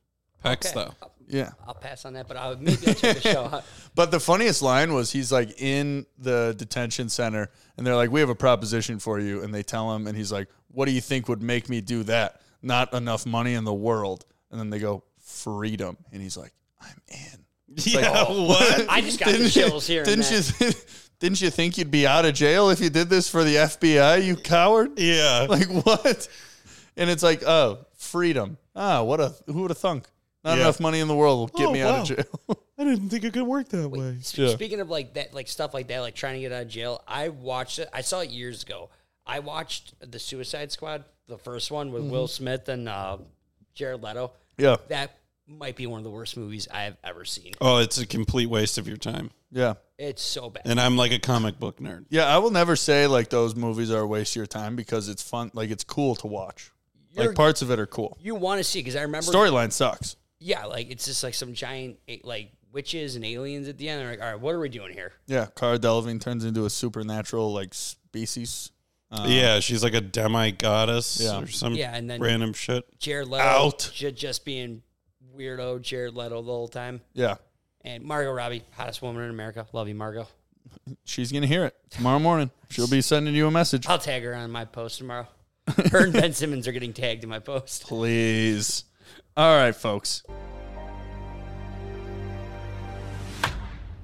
pecs
Okay.
though
yeah.
I'll pass on that, but I'll, maybe I'll check the show out.
But the funniest line was he's like in the detention center and they're like, We have a proposition for you. And they tell him, and he's like, What do you think would make me do that? Not enough money in the world. And then they go, Freedom. And he's like, I'm in.
Yeah, what?
I just got the chills here.
Didn't you, th- didn't you think you'd be out of jail if you did this for the FBI, you coward?
yeah.
Like, what? And it's like, Oh, freedom. Ah, what a, who would have thunk? Not
Yeah.
enough money in the world will get
Oh,
me out of
wow.
jail.
I didn't think it could work that way.
Yeah.
Speaking of like that, like stuff like that, like trying to get out of jail. I watched it. I saw it years ago. I watched the Suicide Squad, the first one with Will Smith and uh, Jared Leto.
Mm-hmm. yeah.
That might be one of the worst movies I have ever seen.
Oh, it's a complete waste of your time.
Yeah.
It's so bad.
And I'm like a comic book nerd.
Yeah, I will never say like those movies are a waste of your time because it's fun. Like it's cool to watch.
You're-
like parts of it are cool.
you want to see because I remember.
Storyline sucks.
Yeah, like it's just like some giant a- like witches and aliens at the end. They're like, all right, what are we doing here?
Yeah, Cara Delevingne turns into a supernatural like species.
yeah, she's like a demi goddess
Yeah.
or some
Yeah, and then-
random shit.
Jared Leto
Out.
ju- just being weirdo Jared Leto the whole time.
Yeah,
And Margot Robbie, hottest woman in America. Love you, Margot.
she's gonna hear it tomorrow morning. She'll be sending you a message.
I'll tag her on my post tomorrow. Her and Ben Simmons are getting tagged in my post.
Please. All right, folks.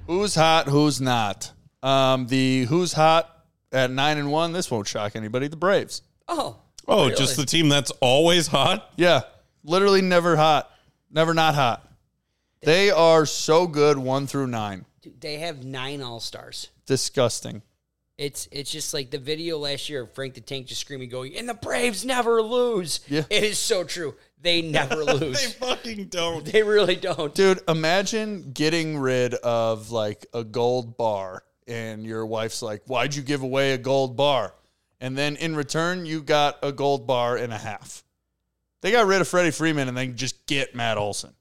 Who's hot? Who's not? Um, the who's hot at nine and one. This won't shock anybody. The Braves.
Oh,
Oh,
Really?
just the team that's always hot?
Yeah, literally never hot, never not hot. They are so good one through nine.
dude, they have nine all stars.
Disgusting.
It's it's just like the video last year of Frank the Tank just screaming, going, "And the Braves never lose."
Yeah.
It is so true. They never
They
lose.
fucking don't.
they really don't.
Dude, imagine getting rid of like a gold bar and your wife's like, Why'd you give away a gold bar? And then in return, you got a gold bar and a half. They got rid of Freddie Freeman and then just get Matt Olson.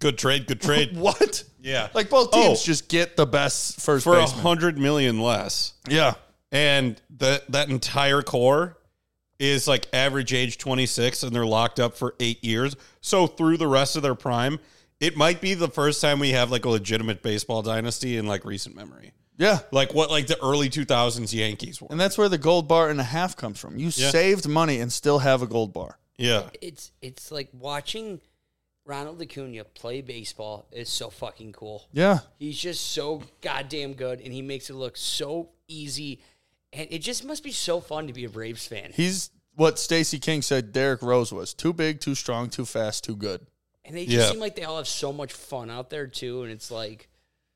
Good trade, good trade.
What?
yeah.
Like both teams
Oh.
just get the best first
for a
baseman.
hundred million less.
yeah.
And that that entire core is like average age 26 and they're locked up for 8 years. So through the rest of their prime, it might be the first time we have like a legitimate baseball dynasty in like recent memory.
Yeah.
Like what like the early 2000s Yankees were.
And that's where the gold bar and a half comes from. You
Yeah.
saved money and still have a gold bar.
Yeah.
It's it's like watching Ronald Acuna play baseball is so fucking cool.
Yeah.
He's just so goddamn good, and he makes it look so easy. And it just must be so fun to be a Braves fan.
He's what Stacey King said Derek Rose was too big, too strong, too fast, too good.
And they just
Yeah.
seem like they all have so much fun out there too. And it's like,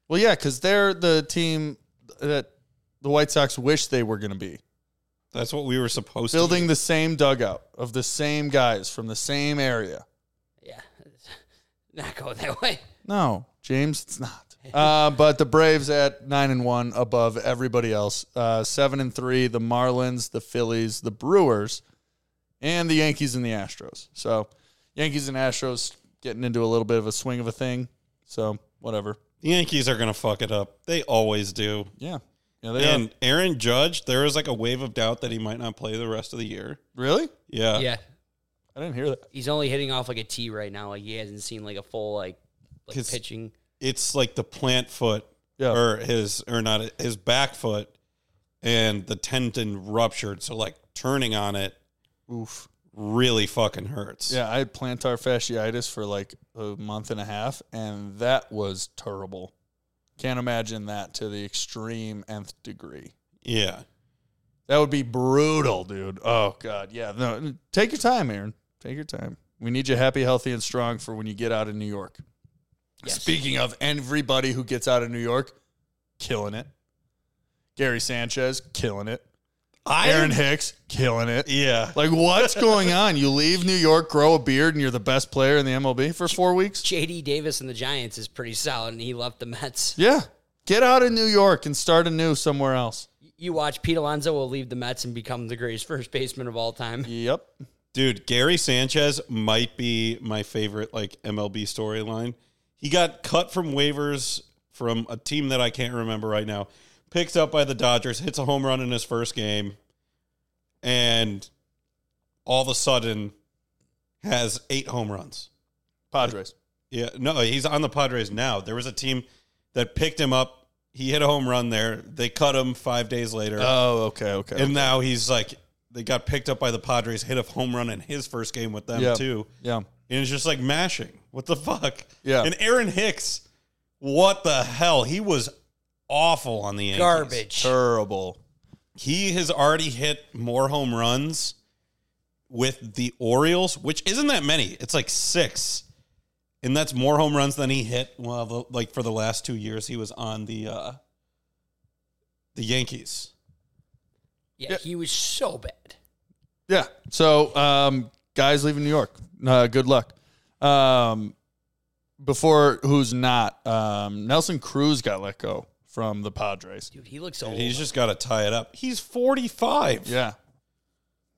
Well, yeah, because they're the team that the White Sox wish they were going to be.
That's what we were supposed to
Building the same dugout of the same guys from the same area.
yeah, not going that way.
No, James, it's not. Uh, but the Braves at nine and one above everybody else. Uh, seven and three, the Marlins, the Phillies, the Brewers, and the Yankees and the Astros. So Yankees and Astros getting into a little bit of a swing of a thing. So whatever.
The Yankees are going to fuck it up. They always do.
Yeah. Yeah, they are.
And Aaron Judge, there was like a wave of doubt that he might not play the rest of the year.
Really?
Yeah.
yeah,
I didn't hear that.
he's only hitting off like a T right now. Like he hasn't seen like a full like, like
'Cause-
pitching.
It's like the plant foot
Yeah.
or his or not his back foot and the tendon ruptured, so like turning on it
Oof.
really fucking hurts.
Yeah, I had plantar fasciitis for like a month and a half, and that was terrible. Can't imagine that to the extreme nth degree.
Yeah.
That would be brutal, dude. Oh god, yeah. No, take your time, Aaron. Take your time. We need you happy, healthy, and strong for when you get out of New York.
Yes.
Speaking of everybody who gets out of New York, killing it. Gary Sanchez, killing it.
I
Aaron Hicks, killing it.
Yeah.
Like what's going on? You leave New York, grow a beard, and you're the best player in the MLB for four weeks?
JD Davis and the Giants is pretty solid, and he left the Mets.
Yeah. Get out of New York and start anew somewhere else.
You watch Pete Alonso will leave the Mets and become the greatest first baseman of all time.
Yep.
Dude, Gary Sanchez might be my favorite like MLB storyline. He got cut from waivers from a team that I can't remember right now. Picked up by the Dodgers, hits a home run in his first game, and all of a sudden has eight home runs.
Padres.
Yeah, no, he's on the Padres now. There was a team that picked him up. He hit a home run there. They cut him five days later.
Oh, okay, okay.
And now he's like, they got picked up by the Padres, hit a home run in his first game with them
Yeah.
too,
yeah.
and it's just like mashing. What the fuck?
Yeah.
And Aaron Hicks, what the hell? He was awful on the Yankees.
Garbage.
Terrible.
He has already hit more home runs with the Orioles, which isn't that many. It's like six, and that's more home runs than he hit. Well, the, like for the last two years, he was on the uh, the Yankees.
Yeah, he was so bad.
Yeah. So, um, guys leaving New York, uh, good luck. Um, before who's not, um, Nelson Cruz got let go from the Padres.
Dude, he looks old.
Dude, he's just got to tie it up. He's 45.
Yeah.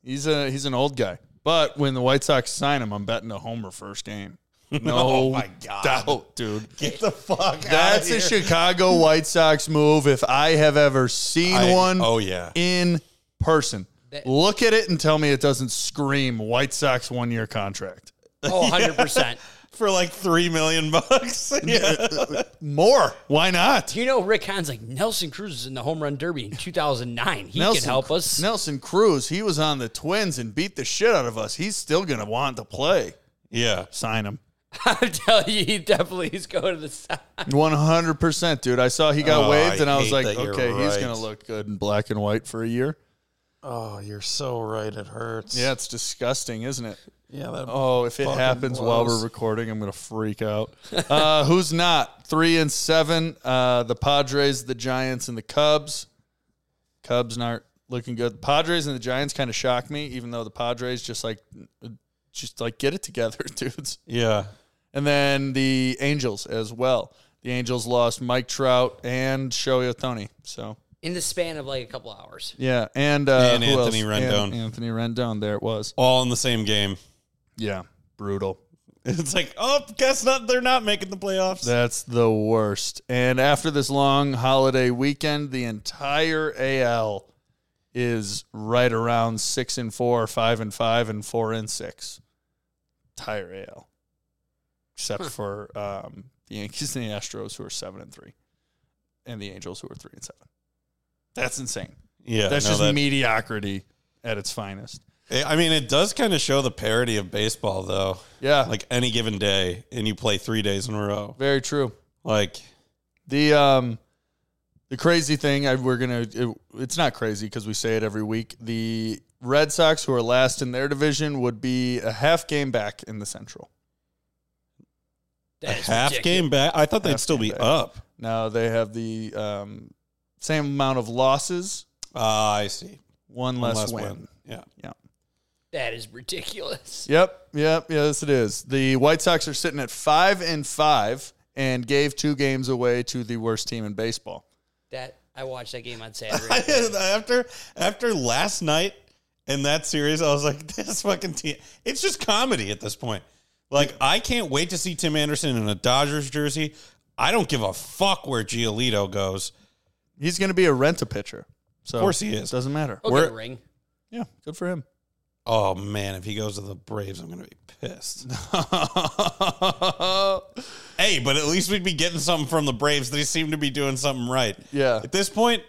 He's a he's an old guy. But when the White Sox sign him, I'm betting a homer first game. No
Oh my God.
doubt, dude.
Get the fuck
That's a Chicago White Sox move if I have ever seen one
Oh, yeah.
in person.
That-
Look at it and tell me it doesn't scream White Sox one year contract.
oh, 100 percent.
For like 3 million bucks. yeah.
More. Why not?
Do you know Rick Hahn's like Nelson Cruz is in the home run derby in 2009? He can help us.
Nelson Cruz, he was on the Twins and beat the shit out of us. He's still going to want to play.
Yeah.
Sign him.
I'm telling you, he definitely is going to the side.
100%, dude. I saw he got
Oh,
waived
I
and I was
hate
like,
that you're
okay, he's
right.
going to look good in black and white for a year.
Oh, you're so right. It hurts.
Yeah, it's disgusting, isn't it?
Yeah. That,
Oh, if it
Fucking
happens while
blows.
we're recording, I'm gonna freak out. Uh, who's not three and seven? Uh, the Padres, the Giants, and the Cubs. Cubs not looking good. The Padres and the Giants kind of shock me, even though the Padres just like just like get it together, dudes.
Yeah.
And then the Angels as well. The Angels lost Mike Trout and Shohei Ohtani. So
in the span of like a couple hours.
yeah, and uh,
And
who
Anthony
else? And
Rendon.
Anthony Rendon. There it was.
All in the same game.
Yeah, brutal.
It's like, oh, guess not. They're not making the playoffs.
That's the worst. And after this long holiday weekend, the entire AL is right around six and four, five and five, and four and six. Entire AL, except for um, the Yankees and the Astros, who are seven and three, and the Angels, who are three and seven. That's insane.
yeah.
That's
no,
just
that-
mediocrity at its finest.
It- I mean, it does kind of show the parody of baseball, though.
Yeah, like
Like any given day, and you play three days in a row.
very true.
Like,
The um the crazy thing I, we're gonna it, it's not crazy because we say it every week. The Red Sox, who are last in their division, would be a half game back in the Central.
a
That is
half
ridiculous.
game back. I thought
Half
they'd still
game
be
back.
up.
Now they have the um, same amount of losses,
Ah, I see.
one
One
less,
less
win.
Yeah.
Yeah.
That is ridiculous.
Yep. Yep. Yes, it is. The White Sox are sitting at five and five, and gave two games away to the worst team in baseball.
That I watched that game on Saturday.
after after last night and that series, I was like, this fucking team. It's just comedy at this point. Like, I can't wait to see Tim Anderson in a Dodgers jersey. I don't give a fuck where Giolito goes.
He's going to be a rent a pitcher. So
Of course he is.
doesn't matter.
He'll
We're-
get a ring.
yeah, good for him.
Oh man, if he goes to the Braves, I'm gonna be pissed. hey, but at least we'd be getting something from the Braves. They seem to be doing something right.
Yeah.
At this point,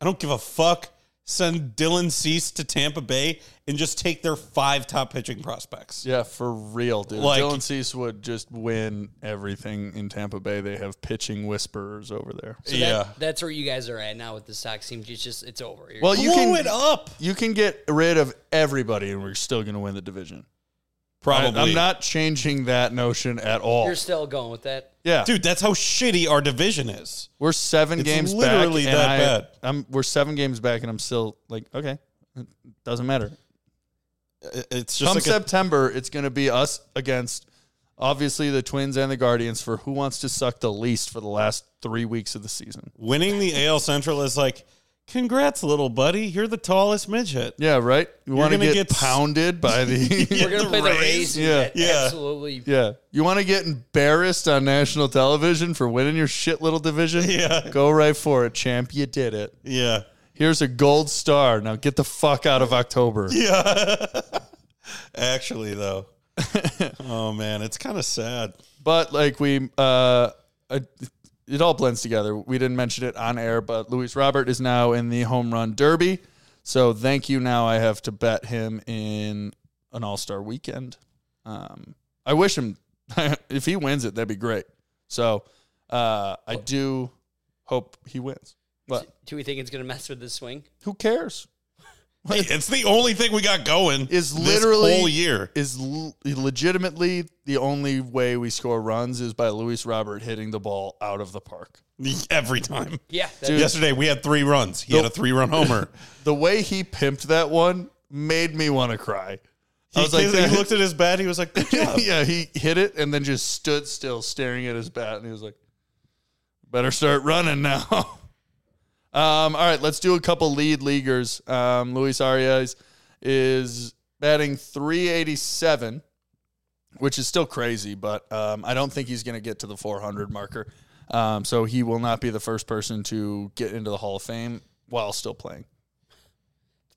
I don't give a fuck. Send Dylan Cease to Tampa Bay and just take their five top pitching prospects.
Yeah, for real, dude.
Like-
Dylan Cease would just win everything in Tampa Bay. They have pitching whisperers over there.
So
Yeah.
that, that's where you guys are at now with the Sox team. It's just it's over. You're-
Well,
Blow
you can
it up.
you can get rid of everybody, and we're still going to win the division. I,
Probably.
am not changing that notion at all.
you're still going with that.
Yeah,
Dude, that's how shitty our division is.
we're seven
It's
games
literally
back. and
that
I-
bad.
I'm we're seven games back, and I'm still like, okay, it doesn't matter.
It- It's
Come
just like a-
September, it's going to be us against obviously the Twins and the Guardians for who wants to suck the least for the last three weeks of the season.
winning the AL Central is like, congrats, little buddy. You're the tallest midget.
Yeah, right. You want to
gonna
get,
get s-
pounded by the
We're gonna
the
play the
Rays?
Rays.
Yeah.
That
Yeah.
Absolutely.
Yeah. You want to get embarrassed on national television for winning your shit little division?
Yeah.
Go right for it, champ. You did it.
Yeah.
Here's a gold star. Now get the fuck out of October.
Actually, though. oh man, it's kind of sad.
But like we, uh, uh, it all blends together. We didn't mention it on air, but Luis Robert is now in the home run derby. So thank you. Now I have to bet him in an All Star weekend. Um, I wish him if he wins it, that'd be great. So uh, I do hope he wins. But
Do we think it's gonna mess with the swing?
who cares?
Hey, it's the only thing we got going.
Is
this
literally
whole year.
is l- legitimately the only way we score runs is by Luis Robert hitting the ball out of the park.
Every time.
Yeah. That,
Dude.
Yesterday we had three runs. He had a three run homer.
the way he pimped that one made me want to cry.
He,
I was like, that-
he looked at his bat. He was like, good job.
yeah, he hit it and then just stood still, staring at his bat, and he was like, "Better start running now." um, all right, let's do a couple lead leaguers. Um, Luis Arias is batting 387, which is still crazy, but um, I don't think he's going to get to the 400 marker. Um, so he will not be the first person to get into the Hall of Fame while still playing.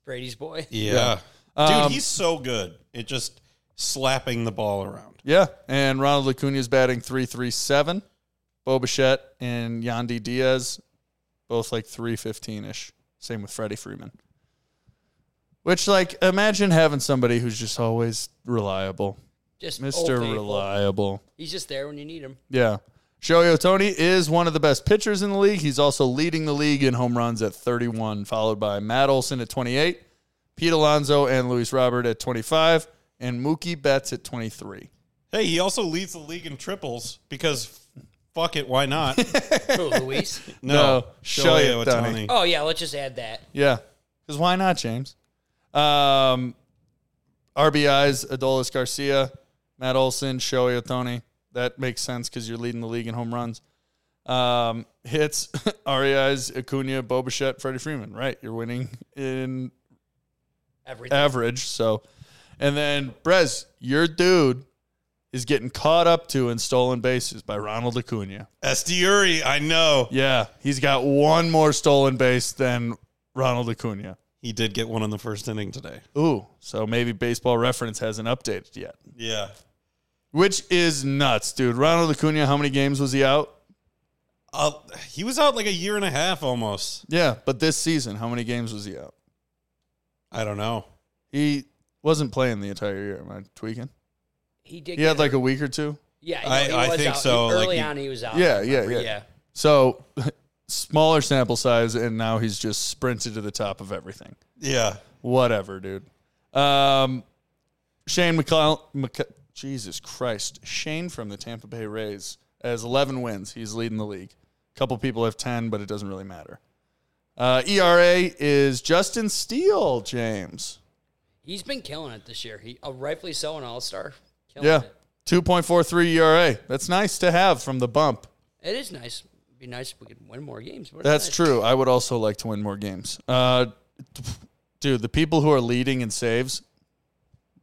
Brady's boy.
Yeah.
Um,
Dude, he's so good at just slapping the ball around.
Yeah, and Ronald Acuna is batting three three seven. Bo Bichette and Yandy Diaz, both like three fifteen ish. Same with Freddie Freeman. Which, like, imagine having somebody who's just always reliable,
Just old
Mister
faithful.
Reliable.
He's just there when you need him.
Yeah, Shohei Otani is one of the best pitchers in the league. He's also leading the league in home runs at thirty one, followed by Matt Olson at twenty eight, Pete Alonso and Luis Robert at twenty five, and Mookie Betts at twenty three.
Hey, he also leads the league in triples because fuck it, why not?
Who, Luis?
No, Shohei
Shohei
Ohtani.
Ohtani.
Oh yeah. Let's just add that.
Yeah. Because why not, James? Um, RBIs, Adolis Garcia, Matt Olson, Shohei Otani. That makes sense because you're leading the league in home runs. Um, hits, RBIs, Acuna, Bobichette, Freddie Freeman. Right. You're winning in
Everything.
average. So, and then Brez, your dude is getting caught up to in stolen bases by Ronald Acuna.
Estiuri, I know.
Yeah. He's got one more stolen base than Ronald Acuna.
He did get one in the first inning today.
Ooh, so maybe Baseball Reference hasn't updated yet,
Yeah.
which is nuts, dude. Ronald Acuna, how many games was he out?
Uh, he was out like a year and a half almost.
Yeah, but this season, how many games was he out?
I don't know.
He wasn't playing the entire year. Am I tweaking?
He did.
He
get
had like a week or two.
Yeah,
I-
he
I
was
think
out.
so,
Early
like, he-
on, he was out.
Yeah, yeah, yeah.
yeah.
So smaller sample size, and now he's just sprinted to the top of everything.
Yeah.
Whatever, dudude. Um, Shane McCall, McC- Jesus Christ, Shane from the Tampa Bay Rays has 11 wins. He's leading the league. A couple people have 10, but it doesn't really matter. Uh, ERA is Justin Steele, James.
He's been killing it this year. He uh, rightfully so an all star.
Yeah, 2.43 ERA. E That's nice to have from the bump.
It is nice. It'd be nice if we could win more games. but it's
That's
nice.
true. I would also like to win more games. Uh, dude, the people who are leading in saves,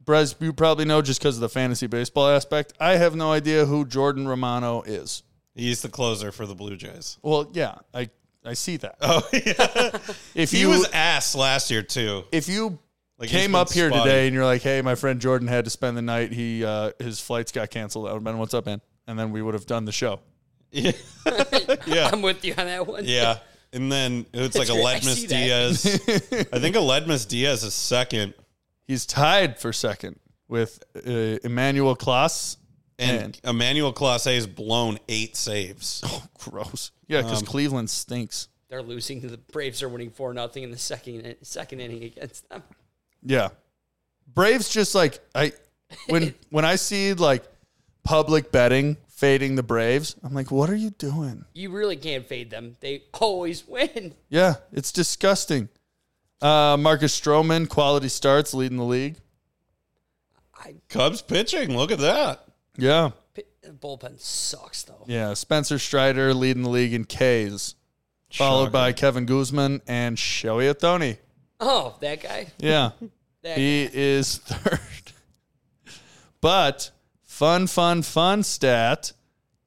Brez, you probably know just because of the fantasy baseball aspect. I have no idea who Jordan Romano is.
He's the closer for the Blue Jays.
Well, yeah, I I see that.
Oh, yeah.
If
he
you
was ass last year, too.
if you
Like, he's
came
been
up here
spotty.
today and you're like, hey, my friend Jordan had to spend the night. He uh, his flights got canceled. I would have been, what's up, man? And then we would have done the show.
Yeah.
I'm with you on that one.
Yeah. And then it's like
That's right. I see
Aledmus
that.
Diaz. I think Aledmus Diaz is second.
He's tied for second with uh, Emmanuel Kloss.
And
And-
Emmanuel Classe has blown eight saves.
Oh, gross. Yeah, because Cleveland stinks.
They're losing. The Braves are winning four nothing in the second second inning against them.
Yeah. Braves just like I when when I see like public betting fading the Braves, I'm like, what are you doing?
You really can't fade them. They always win.
Yeah, it's disgusting. Uh, Marcus Stroman, quality starts, leading the league.
Cubs pitching. Look at that.
Yeah.
P- bullpen sucks though.
Yeah. Spencer Strider leading the league in Ks, followed by Kevin Guzman and Shohei Ohtani.
Oh, that guy.
Yeah.
That
He is third. But fun, fun, fun stat.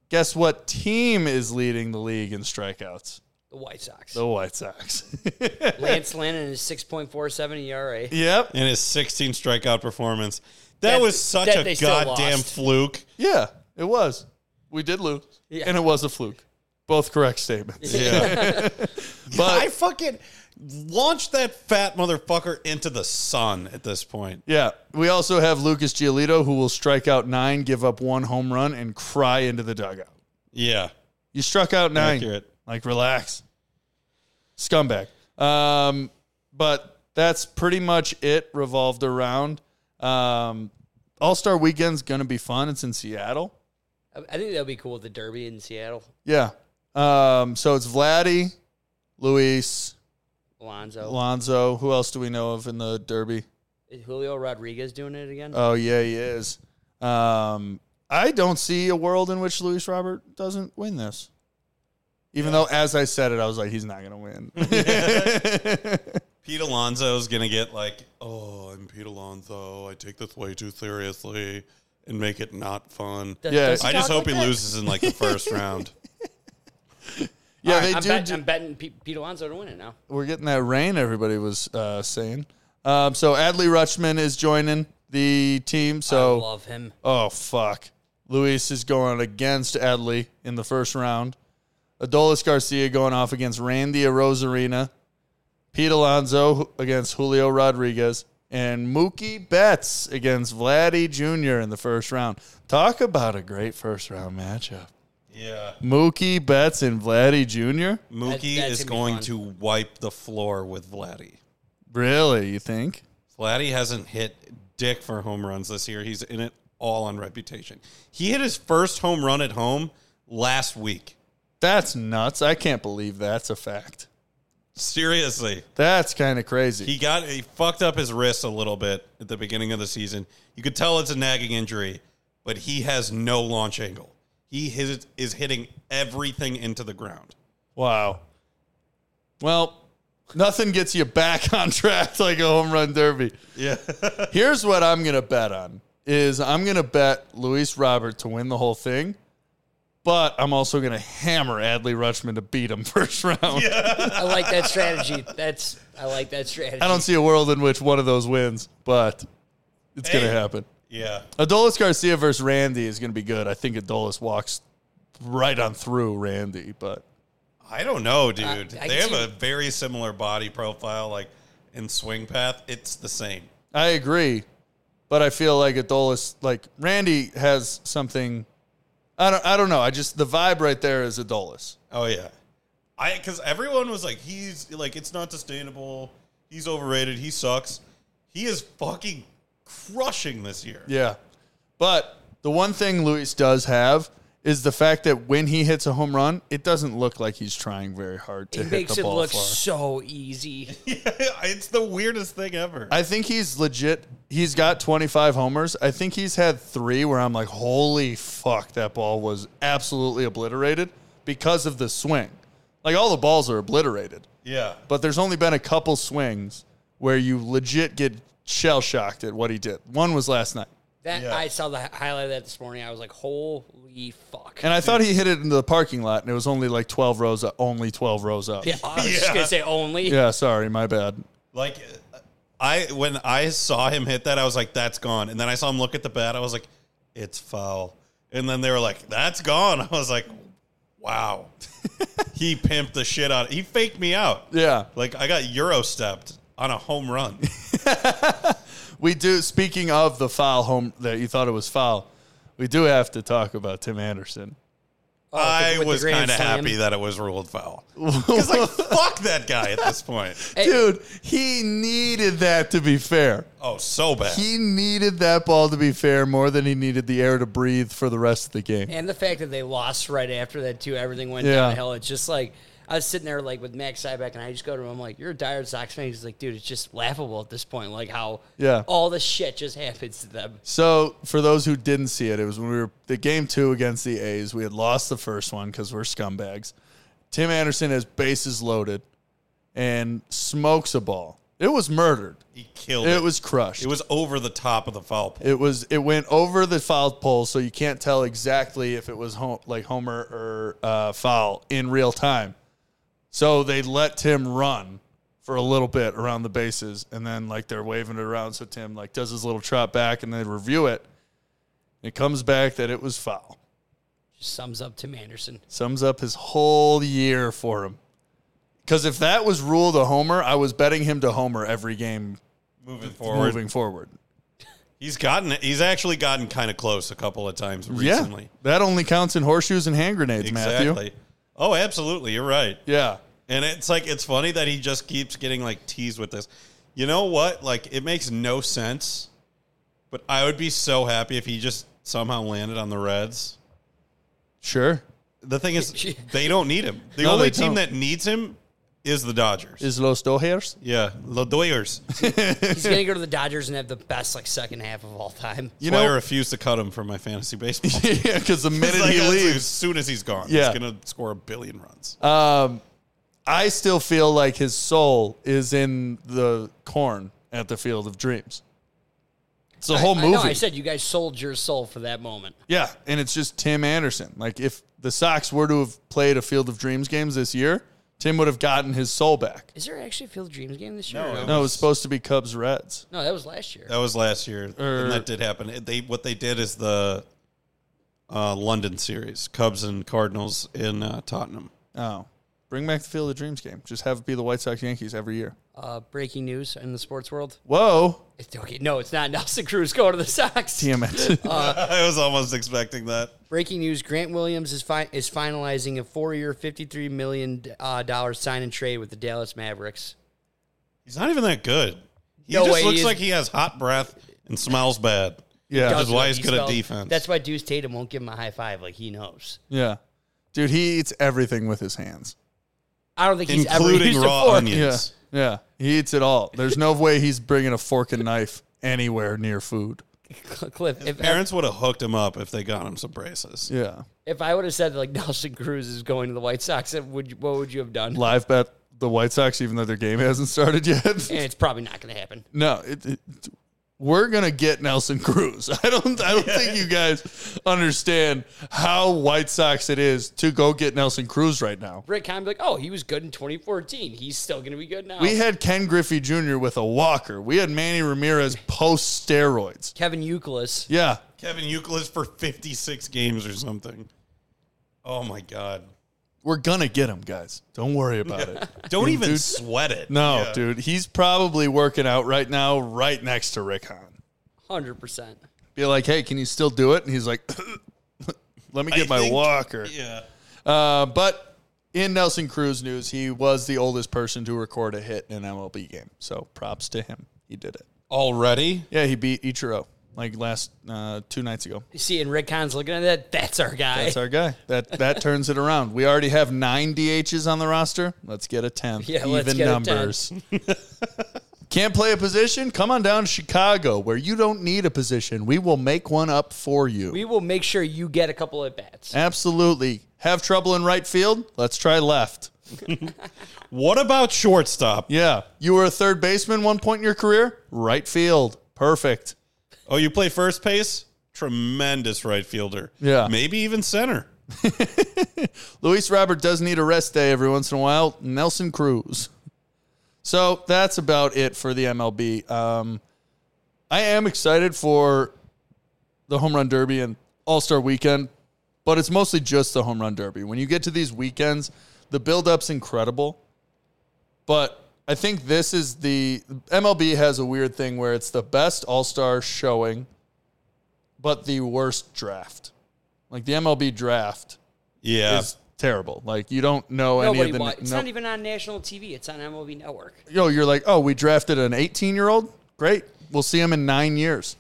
Guess what team is leading the league in strikeouts?
the White Sox.
The White Sox.
Lance Lannon is six point four seven E ERA.
yep.
in his 16 strikeout performance. That,
That-
was such
that
a
they still
goddamn
lost.
fluke.
Yeah, it was. We did lose.
Yeah.
And it was a fluke. Both correct statements.
Yeah. I
But
fucking launched that fat motherfucker into the sun at this point.
yeah, we also have Lucas Giolito who will strike out nine, give up one home run, and cry into the dugout.
Yeah.
You struck out nine.
Accurate.
Like, relax. Scumbag. Um, but that's pretty much it revolved around. Um, All Star Weekend's going to be fun. It's in Seattle.
I I think that'd be cool with the Derby in Seattle.
Yeah. Um, so it's Vladdy, Luis,
Alonzo.
Alonzo. Who else do we know of in the Derby?
Is Julio Rodriguez doing it again?
Oh, yeah, he is. Um, I don't see a world in which Luis Robert doesn't win this. Even though, as I said it, I was like, he's not going to win.
Pete Alonso's going to get like, oh, I'm Pete Alonso. I take this way too seriously and make it not fun.
Does-
yeah.
does
I just
talk
hope
like
he
that?
loses in like the first round.
Yeah,
All right,
they
I'm
do.
bet-
do-
I'm betting Pete, Pete Alonso to win it now.
we're getting that rain everybody was uh, saying. Um, so Adley Rutschman is joining the team.
I
So
love him.
oh fuck, Luis is going against Adley in the first round. Adolis Garcia going off against Randy Rosarina. Pete Alonso who- against Julio Rodriguez. And Mookie Betts against Vladdy Jr. in the first round. Talk about a great first round matchup.
Yeah.
Mookie Betts and Vladdy Jr.
Mookie
that's
is
gonna be
going
fun.
to wipe the floor with Vladdy.
Really, you think?
Vladdy hasn't hit dick for home runs this year. He's in it all on reputation. He hit his first home run at home last week.
That's nuts. I can't believe that's a fact.
Seriously.
That's kind of crazy.
He got he fucked up his wrist a little bit at the beginning of the season. You could tell it's a nagging injury, but he has no launch angle. He his, is hitting everything into the ground.
wow. Well, nothing gets you back on track like a home run derby.
Yeah.
Here's what I'm going to bet on is I'm going to bet Luis Robert to win the whole thing, but I'm also going to hammer Adley Rutschman to beat him first round.
I like that strategy. That's I like that strategy.
I don't see a world in which one of those wins, but it's going
Hey.
to happen.
yeah.
Adolis Garcia versus Randy is going to be good. I think Adolis walks right on through Randy, but
I don't know, dude.
I can
they have
see-
a very similar body profile like in swing path. It's the same.
I agree, but I feel like Adolis, like Randy, has something. I don't. I don't know. I just the vibe right there is Adolis.
Oh yeah, I because everyone was like, he's like, it's not sustainable. He's overrated. He sucks. He is fucking crushing this year.
Yeah, but the one thing Luis does have is the fact that when he hits a home run, it doesn't look like he's trying very hard to
It
hit
makes
the
it
ball
look
far.
so easy.
it's the weirdest thing ever.
I think he's legit he's got 25 homers. I think he's had three where I'm like, holy fuck, that ball was absolutely obliterated because of the swing. Like all the balls are obliterated,
Yeah.
but there's only been a couple swings where you legit get shell shocked at what he did. One was last night.
That
Yeah.
I saw the hi- highlight of that this morning. I was like, holy fuck.
And I thought he hit it into the parking lot, and it was only like 12 rows up. Only 12 rows up.
yeah, I was just gonna say only.
Yeah, sorry, my bad.
Like I when I saw him hit that, I was like, that's gone. And then I saw him look at the bat, I was like, it's foul. And then they were like, that's gone. I was like, wow. he pimped the shit out. He faked me out.
Yeah.
Like I got Euro stepped on a home run.
We do. Speaking of the foul home that you thought it was foul, we do have to talk about Tim Anderson.
Oh, with
I
the
was
grand
kind of
slam.
happy that it was ruled foul. Because like fuck that guy at this point.
Dude, he needed that to be fair.
Oh, so bad.
He needed that ball to be fair more than he needed the air to breathe for the rest of the game.
And the fact that they lost right after that too, everything went
Yeah.
downhill. It's just like I was sitting there like with Max Sybeck, and I just go to him. I'm like, "You're a dire Sox fan." He's like, "Dude, it's just laughable at this point. Like how
Yeah.
all the shit just happens to them."
So, for those who didn't see it, it was when we were the game two against the A's. We had lost the first one because we're scumbags. Tim Anderson has bases loaded and smokes a ball. It was murdered.
He killed it.
It was crushed.
it was over the top of the foul pole.
It was it went over the foul pole, so you can't tell exactly if it was home, like Homer or uh, foul in real time. So they let Tim run for a little bit around the bases, and then like they're waving it around. So Tim like does his little trot back, and they review it. It comes back that it was foul.
Just sums up Tim Anderson.
Sums up his whole year for him. Because if that was ruled a homer, I was betting him to homer every game
Moving forward.
moving forward.
He's gotten he's actually gotten kind of close a couple of times
Yeah,
recently.
that only counts in horseshoes and hand grenades, Matthew.
Exactly. Oh, absolutely. You're right.
Yeah.
And it's like it's funny that he just keeps getting like teased with this. You know what? Like it makes no sense. But I would be so happy if he just somehow landed on the Reds.
Sure.
The thing is, they don't need him. The
No,
only
they don't.
team that needs him is the Dodgers.
Is Los Dohairs?
yeah, the Doyers.
He's gonna go to the Dodgers and have the best like second half of all time.
You
That's why I
know,
refuse to cut him from my fantasy baseball.
yeah, because the minute
Like,
he
as
leaves,
soon as he's gone,
Yeah.
he's gonna score a billion runs.
um, I still feel like his soul is in the corn at the Field of Dreams. It's the whole
I,
movie.
I, know, I said you guys sold your soul for that moment.
yeah, and it's just Tim Anderson. Like if the Sox were to have played a Field of Dreams games this year, Tim would have gotten his soul back.
Is there actually a Field of Dreams game this year?
No,
No, it was supposed to be Cubs Reds.
No, that was last year.
That was last year,
Or-
and that did happen. It- They what they did is the uh, London series, Cubs and Cardinals in uh, Tottenham.
Oh, bring back the Field of Dreams game. Just have it be the White Sox Yankees every year.
Uh, breaking news in the sports world.
Whoa,
It's okay. No, it's not. Nelson Cruz going to the Sox.
damn it.
Uh,
I was almost expecting that.
Breaking news: Grant Williams is fi- is finalizing a four-year, fifty-three million uh, dollar sign and trade with the Dallas Mavericks.
He's not even that good. He
No
just
way,
looks
he is-
like he has hot breath and smells bad.
yeah,
Does-
That's
is why he's good at
spelled-
defense.
That's why Deuce Tatum won't give him a high five. Like he knows.
yeah, dude, he eats everything with his hands.
I don't think he's ever
Including
used
raw
a fork.
onion.
Yeah,
Yes.
yeah. He eats it all. There's no way he's bringing a fork and knife anywhere near food.
Cliff, if, if,
Parents would have hooked him up if they got him some braces.
Yeah,
I would have said like Nelson Cruz is going to the White Sox, then would you, what would you have done?
live bet the White Sox, even though their game hasn't started yet.
And it's probably not going to happen.
no, it, it- we're gonna get Nelson Cruz. I don't. I don't think you guys understand how White Sox it is to go get Nelson Cruz right now.
Rick Heim's like, oh, he was good in 2014. He's still going to be good now.
We had Ken Griffey Jr. with a walker. We had Manny Ramirez post steroids.
Kevin Euclid.
Yeah,
Kevin Euclid for 56 games or something. Oh my god.
we're gonna get him, guys. Don't worry about it.
Don't even
dude.
sweat it.
No,
Yeah.
dude, he's probably working out right now, right next to Rick Hahn.
100%.
Be like, hey, can you still do it? And he's like, let me get
I
my
think-
walker.
Yeah.
Uh, but in Nelson Cruz news, he was the oldest person to record a hit in an MLB game. So props to him. He did it.
Already?
Yeah, he beat Ichiro like last uh, two nights ago.
You see, and Rick Heim's looking at that. That's our guy.
That's our guy. That that turns it around. We already have nine DHs on the roster. Let's get a ten.
Yeah,
even
let's get a 10.
numbers. Can't play a position? Come on down to Chicago where you don't need a position. We will make one up for you.
We will make sure you get a couple of bats.
Absolutely. Have trouble in right field? Let's try left.
What about shortstop?
Yeah. You were a third baseman one point in your career? Right field. Perfect.
Oh, you play first base? Tremendous right fielder.
Yeah.
Maybe even center.
Luis Robert does need a rest day every once in a while. Nelson Cruz. So that's about it for the MLB. Um, I am excited for the Home Run Derby and All Star Weekend, but it's mostly just the Home Run Derby. When you get to these weekends, the build up's incredible, but I think this is the MLB has a weird thing where it's the best All Star showing, but the worst draft. Like the MLB draft
Yeah.
is terrible. Like you don't know any
Uh, Nobody
of the.
wa- It's
no-
not even on national TV. It's on MLB Network.
Yo, you're like, oh, we drafted an 18 year old. Great, we'll see him in nine years.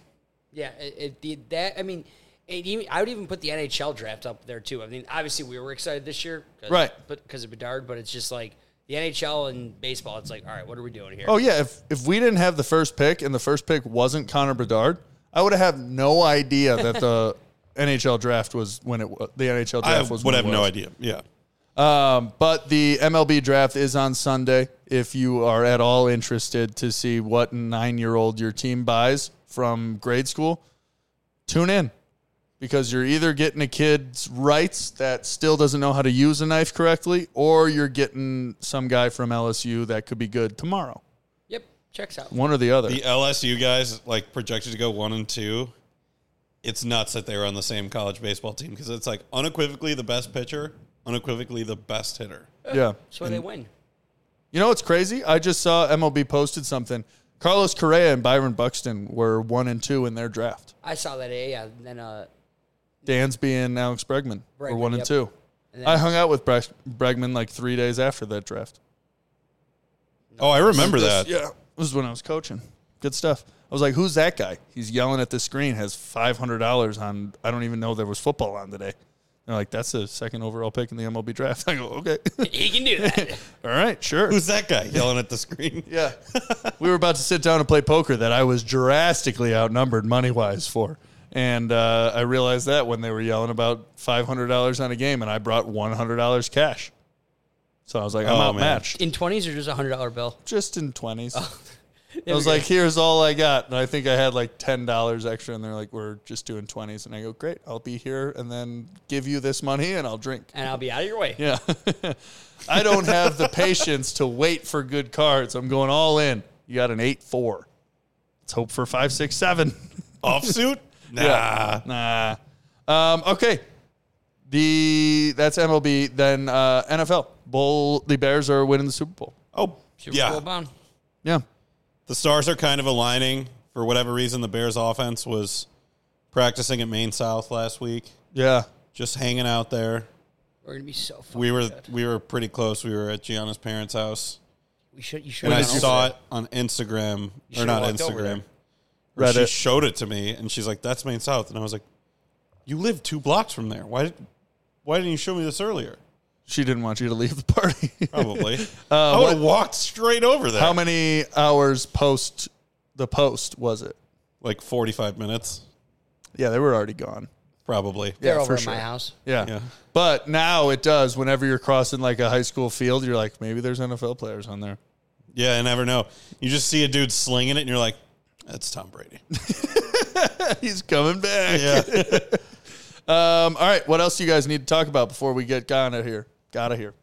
Yeah, it, it the- that. I mean, it, even- I would even put the NHL draft up there too. I mean, obviously we were excited this year, 'cause-
Right.
But because of Bedard, but it's just like the NHL and baseball. It's like, all right, what are we doing here?
Oh yeah, if if we didn't have the first pick and the first pick wasn't Connor Bedard, I would have no idea that the NHL draft was when it was the NHL draft
I
was.
would
when it
have no
was.
idea. Yeah.
Um, but the MLB draft is on Sunday. If you are at all interested to see what nine year old your team buys from grade school, tune in because you're either getting a kid's rights that still doesn't know how to use a knife correctly, or you're getting some guy from LSU that could be good tomorrow.
Yep, checks out.
One or the other.
The LSU guys like projected to go one and two. It's nuts that they were on the same college baseball team because it's like unequivocally the best pitcher, unequivocally the best hitter.
yeah.
So they win.
You know what's crazy? I just saw MLB posted something. Carlos Correa and Byron Buxton were one and two in their draft.
I saw that. eh, Yeah, and then uh,
Dansby and Alex Bregman were
Bregman,
one and
yep.
two.
And
I
then-
hung out with Bre- Bregman like three days after that draft.
Oh, I remember that.
Yeah, this is when I was coaching. Good stuff. I was like, "Who's that guy? He's yelling at the screen. Has five hundred dollars on. I don't even know there was football on today." They're like, "That's the second overall pick in the MLB draft." I go, "Okay,
he can do that.
all right, sure."
Who's that guy yelling at the screen?
Yeah. we were about to sit down and play poker that I was drastically outnumbered money wise for. And uh, I realized that when they were yelling about $500 on a game, and I brought $100 cash. So I was like, I'm
Oh, man.
outmatched.
in twenties or just a hundred dollar bill.
Just in 20s.
Oh,
I was like, here's all I got. And I think I had like $10 extra. And they're like, we're just doing 20s. And I go, great, I'll be here and then give you this money and I'll drink.
and I'll be out of your way.
Yeah. I don't have the patience to wait for good cards. I'm going all in. You got an 8 4. Let's hope for 5 6 7.
Offsuit? Nah.
Yeah. Nah. Um, okay. The That's MLB. Then uh, NFL. Bowl. The Bears are winning the Super Bowl.
Oh,
Super
yeah.
Bowl bound.
Yeah.
the stars are kind of aligning for whatever reason. The Bears' offense was practicing at Maine South last week,
Yeah.
just hanging out there.
We're gonna be so. Fucking
We were
Good.
we were pretty close. We were at Gianna's parents' house,
We should. You should.
and I
have gone over
saw
that.
it on Instagram or
should've
not
walked over
Instagram. Or
Reddit.
She showed it to me, and she's like, "That's Maine South," and I was like, "You live two blocks from there. Why did why didn't you show me this earlier?"
She didn't want you to leave the party.
Probably. I would have walked straight over there.
Uh, How many hours post the post was it?
like forty five minutes,
Yeah, they were already gone.
probably.
They're
yeah,
over
for
at
sure.
my house.
Yeah.
Yeah.
But now it does. Whenever you're crossing like a high school field, you're like, maybe there's NFL players on there.
Yeah, I never know. You just see a dude slinging it, and you're like, "That's Tom Brady."
He's coming back.
Yeah.
Um, all right. What else do you guys need to talk about before we get gone out here? Got out here.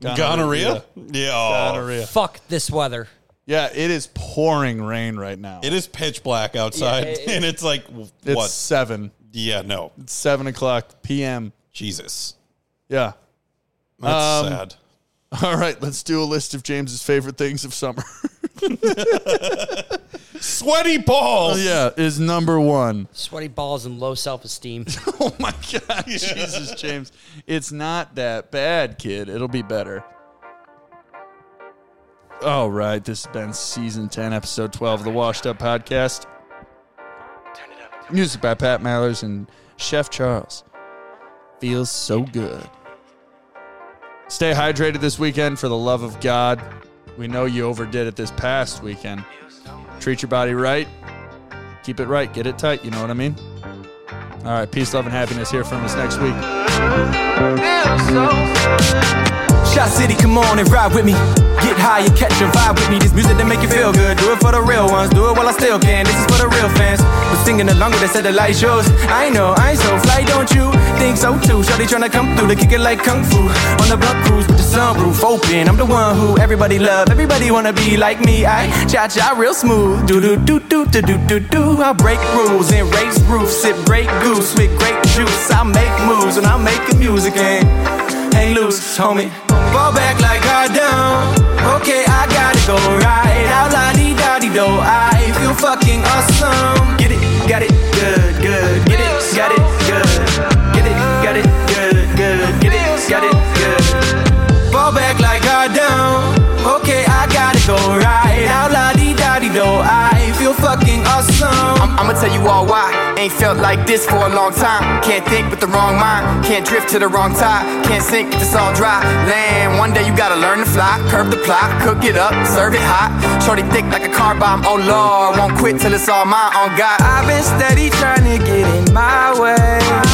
Gone outta
Gonorrhea?
here.
Yeah.
Gonorrhea.
Fuck this weather.
Yeah, it is pouring rain right now.
It is pitch black outside,
Yeah, it-
and it's like,
it's
what?
seven.
yeah, no.
It's seven o'clock p.m.
Jesus.
Yeah.
That's
Um,
sad.
All right. Let's do a list of James's favorite things of summer.
Sweaty balls.
yeah, is number one.
Sweaty balls and low self esteem.
Oh my God, Jesus, James. It's not that bad, kid. It'll be better. All right, this has been season 10, episode 12 of the Washed Up Podcast. Music by Pat Mallers and Chef Charles. Feels so good. Stay hydrated this weekend for the love of God. We know you overdid it this past weekend. Treat your body right. Keep it right. Get it tight. You know what I mean? All right. Peace, love, and happiness. Hear from us next week.
Shot City, come on and ride with me. Get high and catch a vibe with me. This music that make you feel good. Do it for the real ones. Do it while I still can. This is for the real fans. We're singing along with us at the light shows. I know, I ain't so fly, don't you? Think so too. Shawty tryna come through to kick it like kung fu. On the block cruise with the sunroof open. I'm the one who everybody love. Everybody wanna be like me. I cha cha real smooth. Do do do do do do do do. I break rules and raise roofs. Sip great goose with grape juice. I make moves and I'm making music and hang loose, homie. Fall back like I don't. Okay, I gotta go right out, la di da di do. I feel fucking awesome. Get it, got it, good, good. Get it, got it, good. Get it, got it, good, good. Get it, got it, good. Fall back like I don't. Okay, I gotta go right out, la di da di do. I feel fucking awesome.
I'm, I'ma tell you all why. Ain't felt like this for a long time. Can't think with the wrong mind. Can't drift to the wrong tide. Can't sink if it's all dry. Land, one day you gotta learn to fly. Curb the plot, cook it up, serve it hot. Shorty thick like a car bomb. Oh lord, won't quit till it's all mine. On God,
I've been steady trying to get in my way.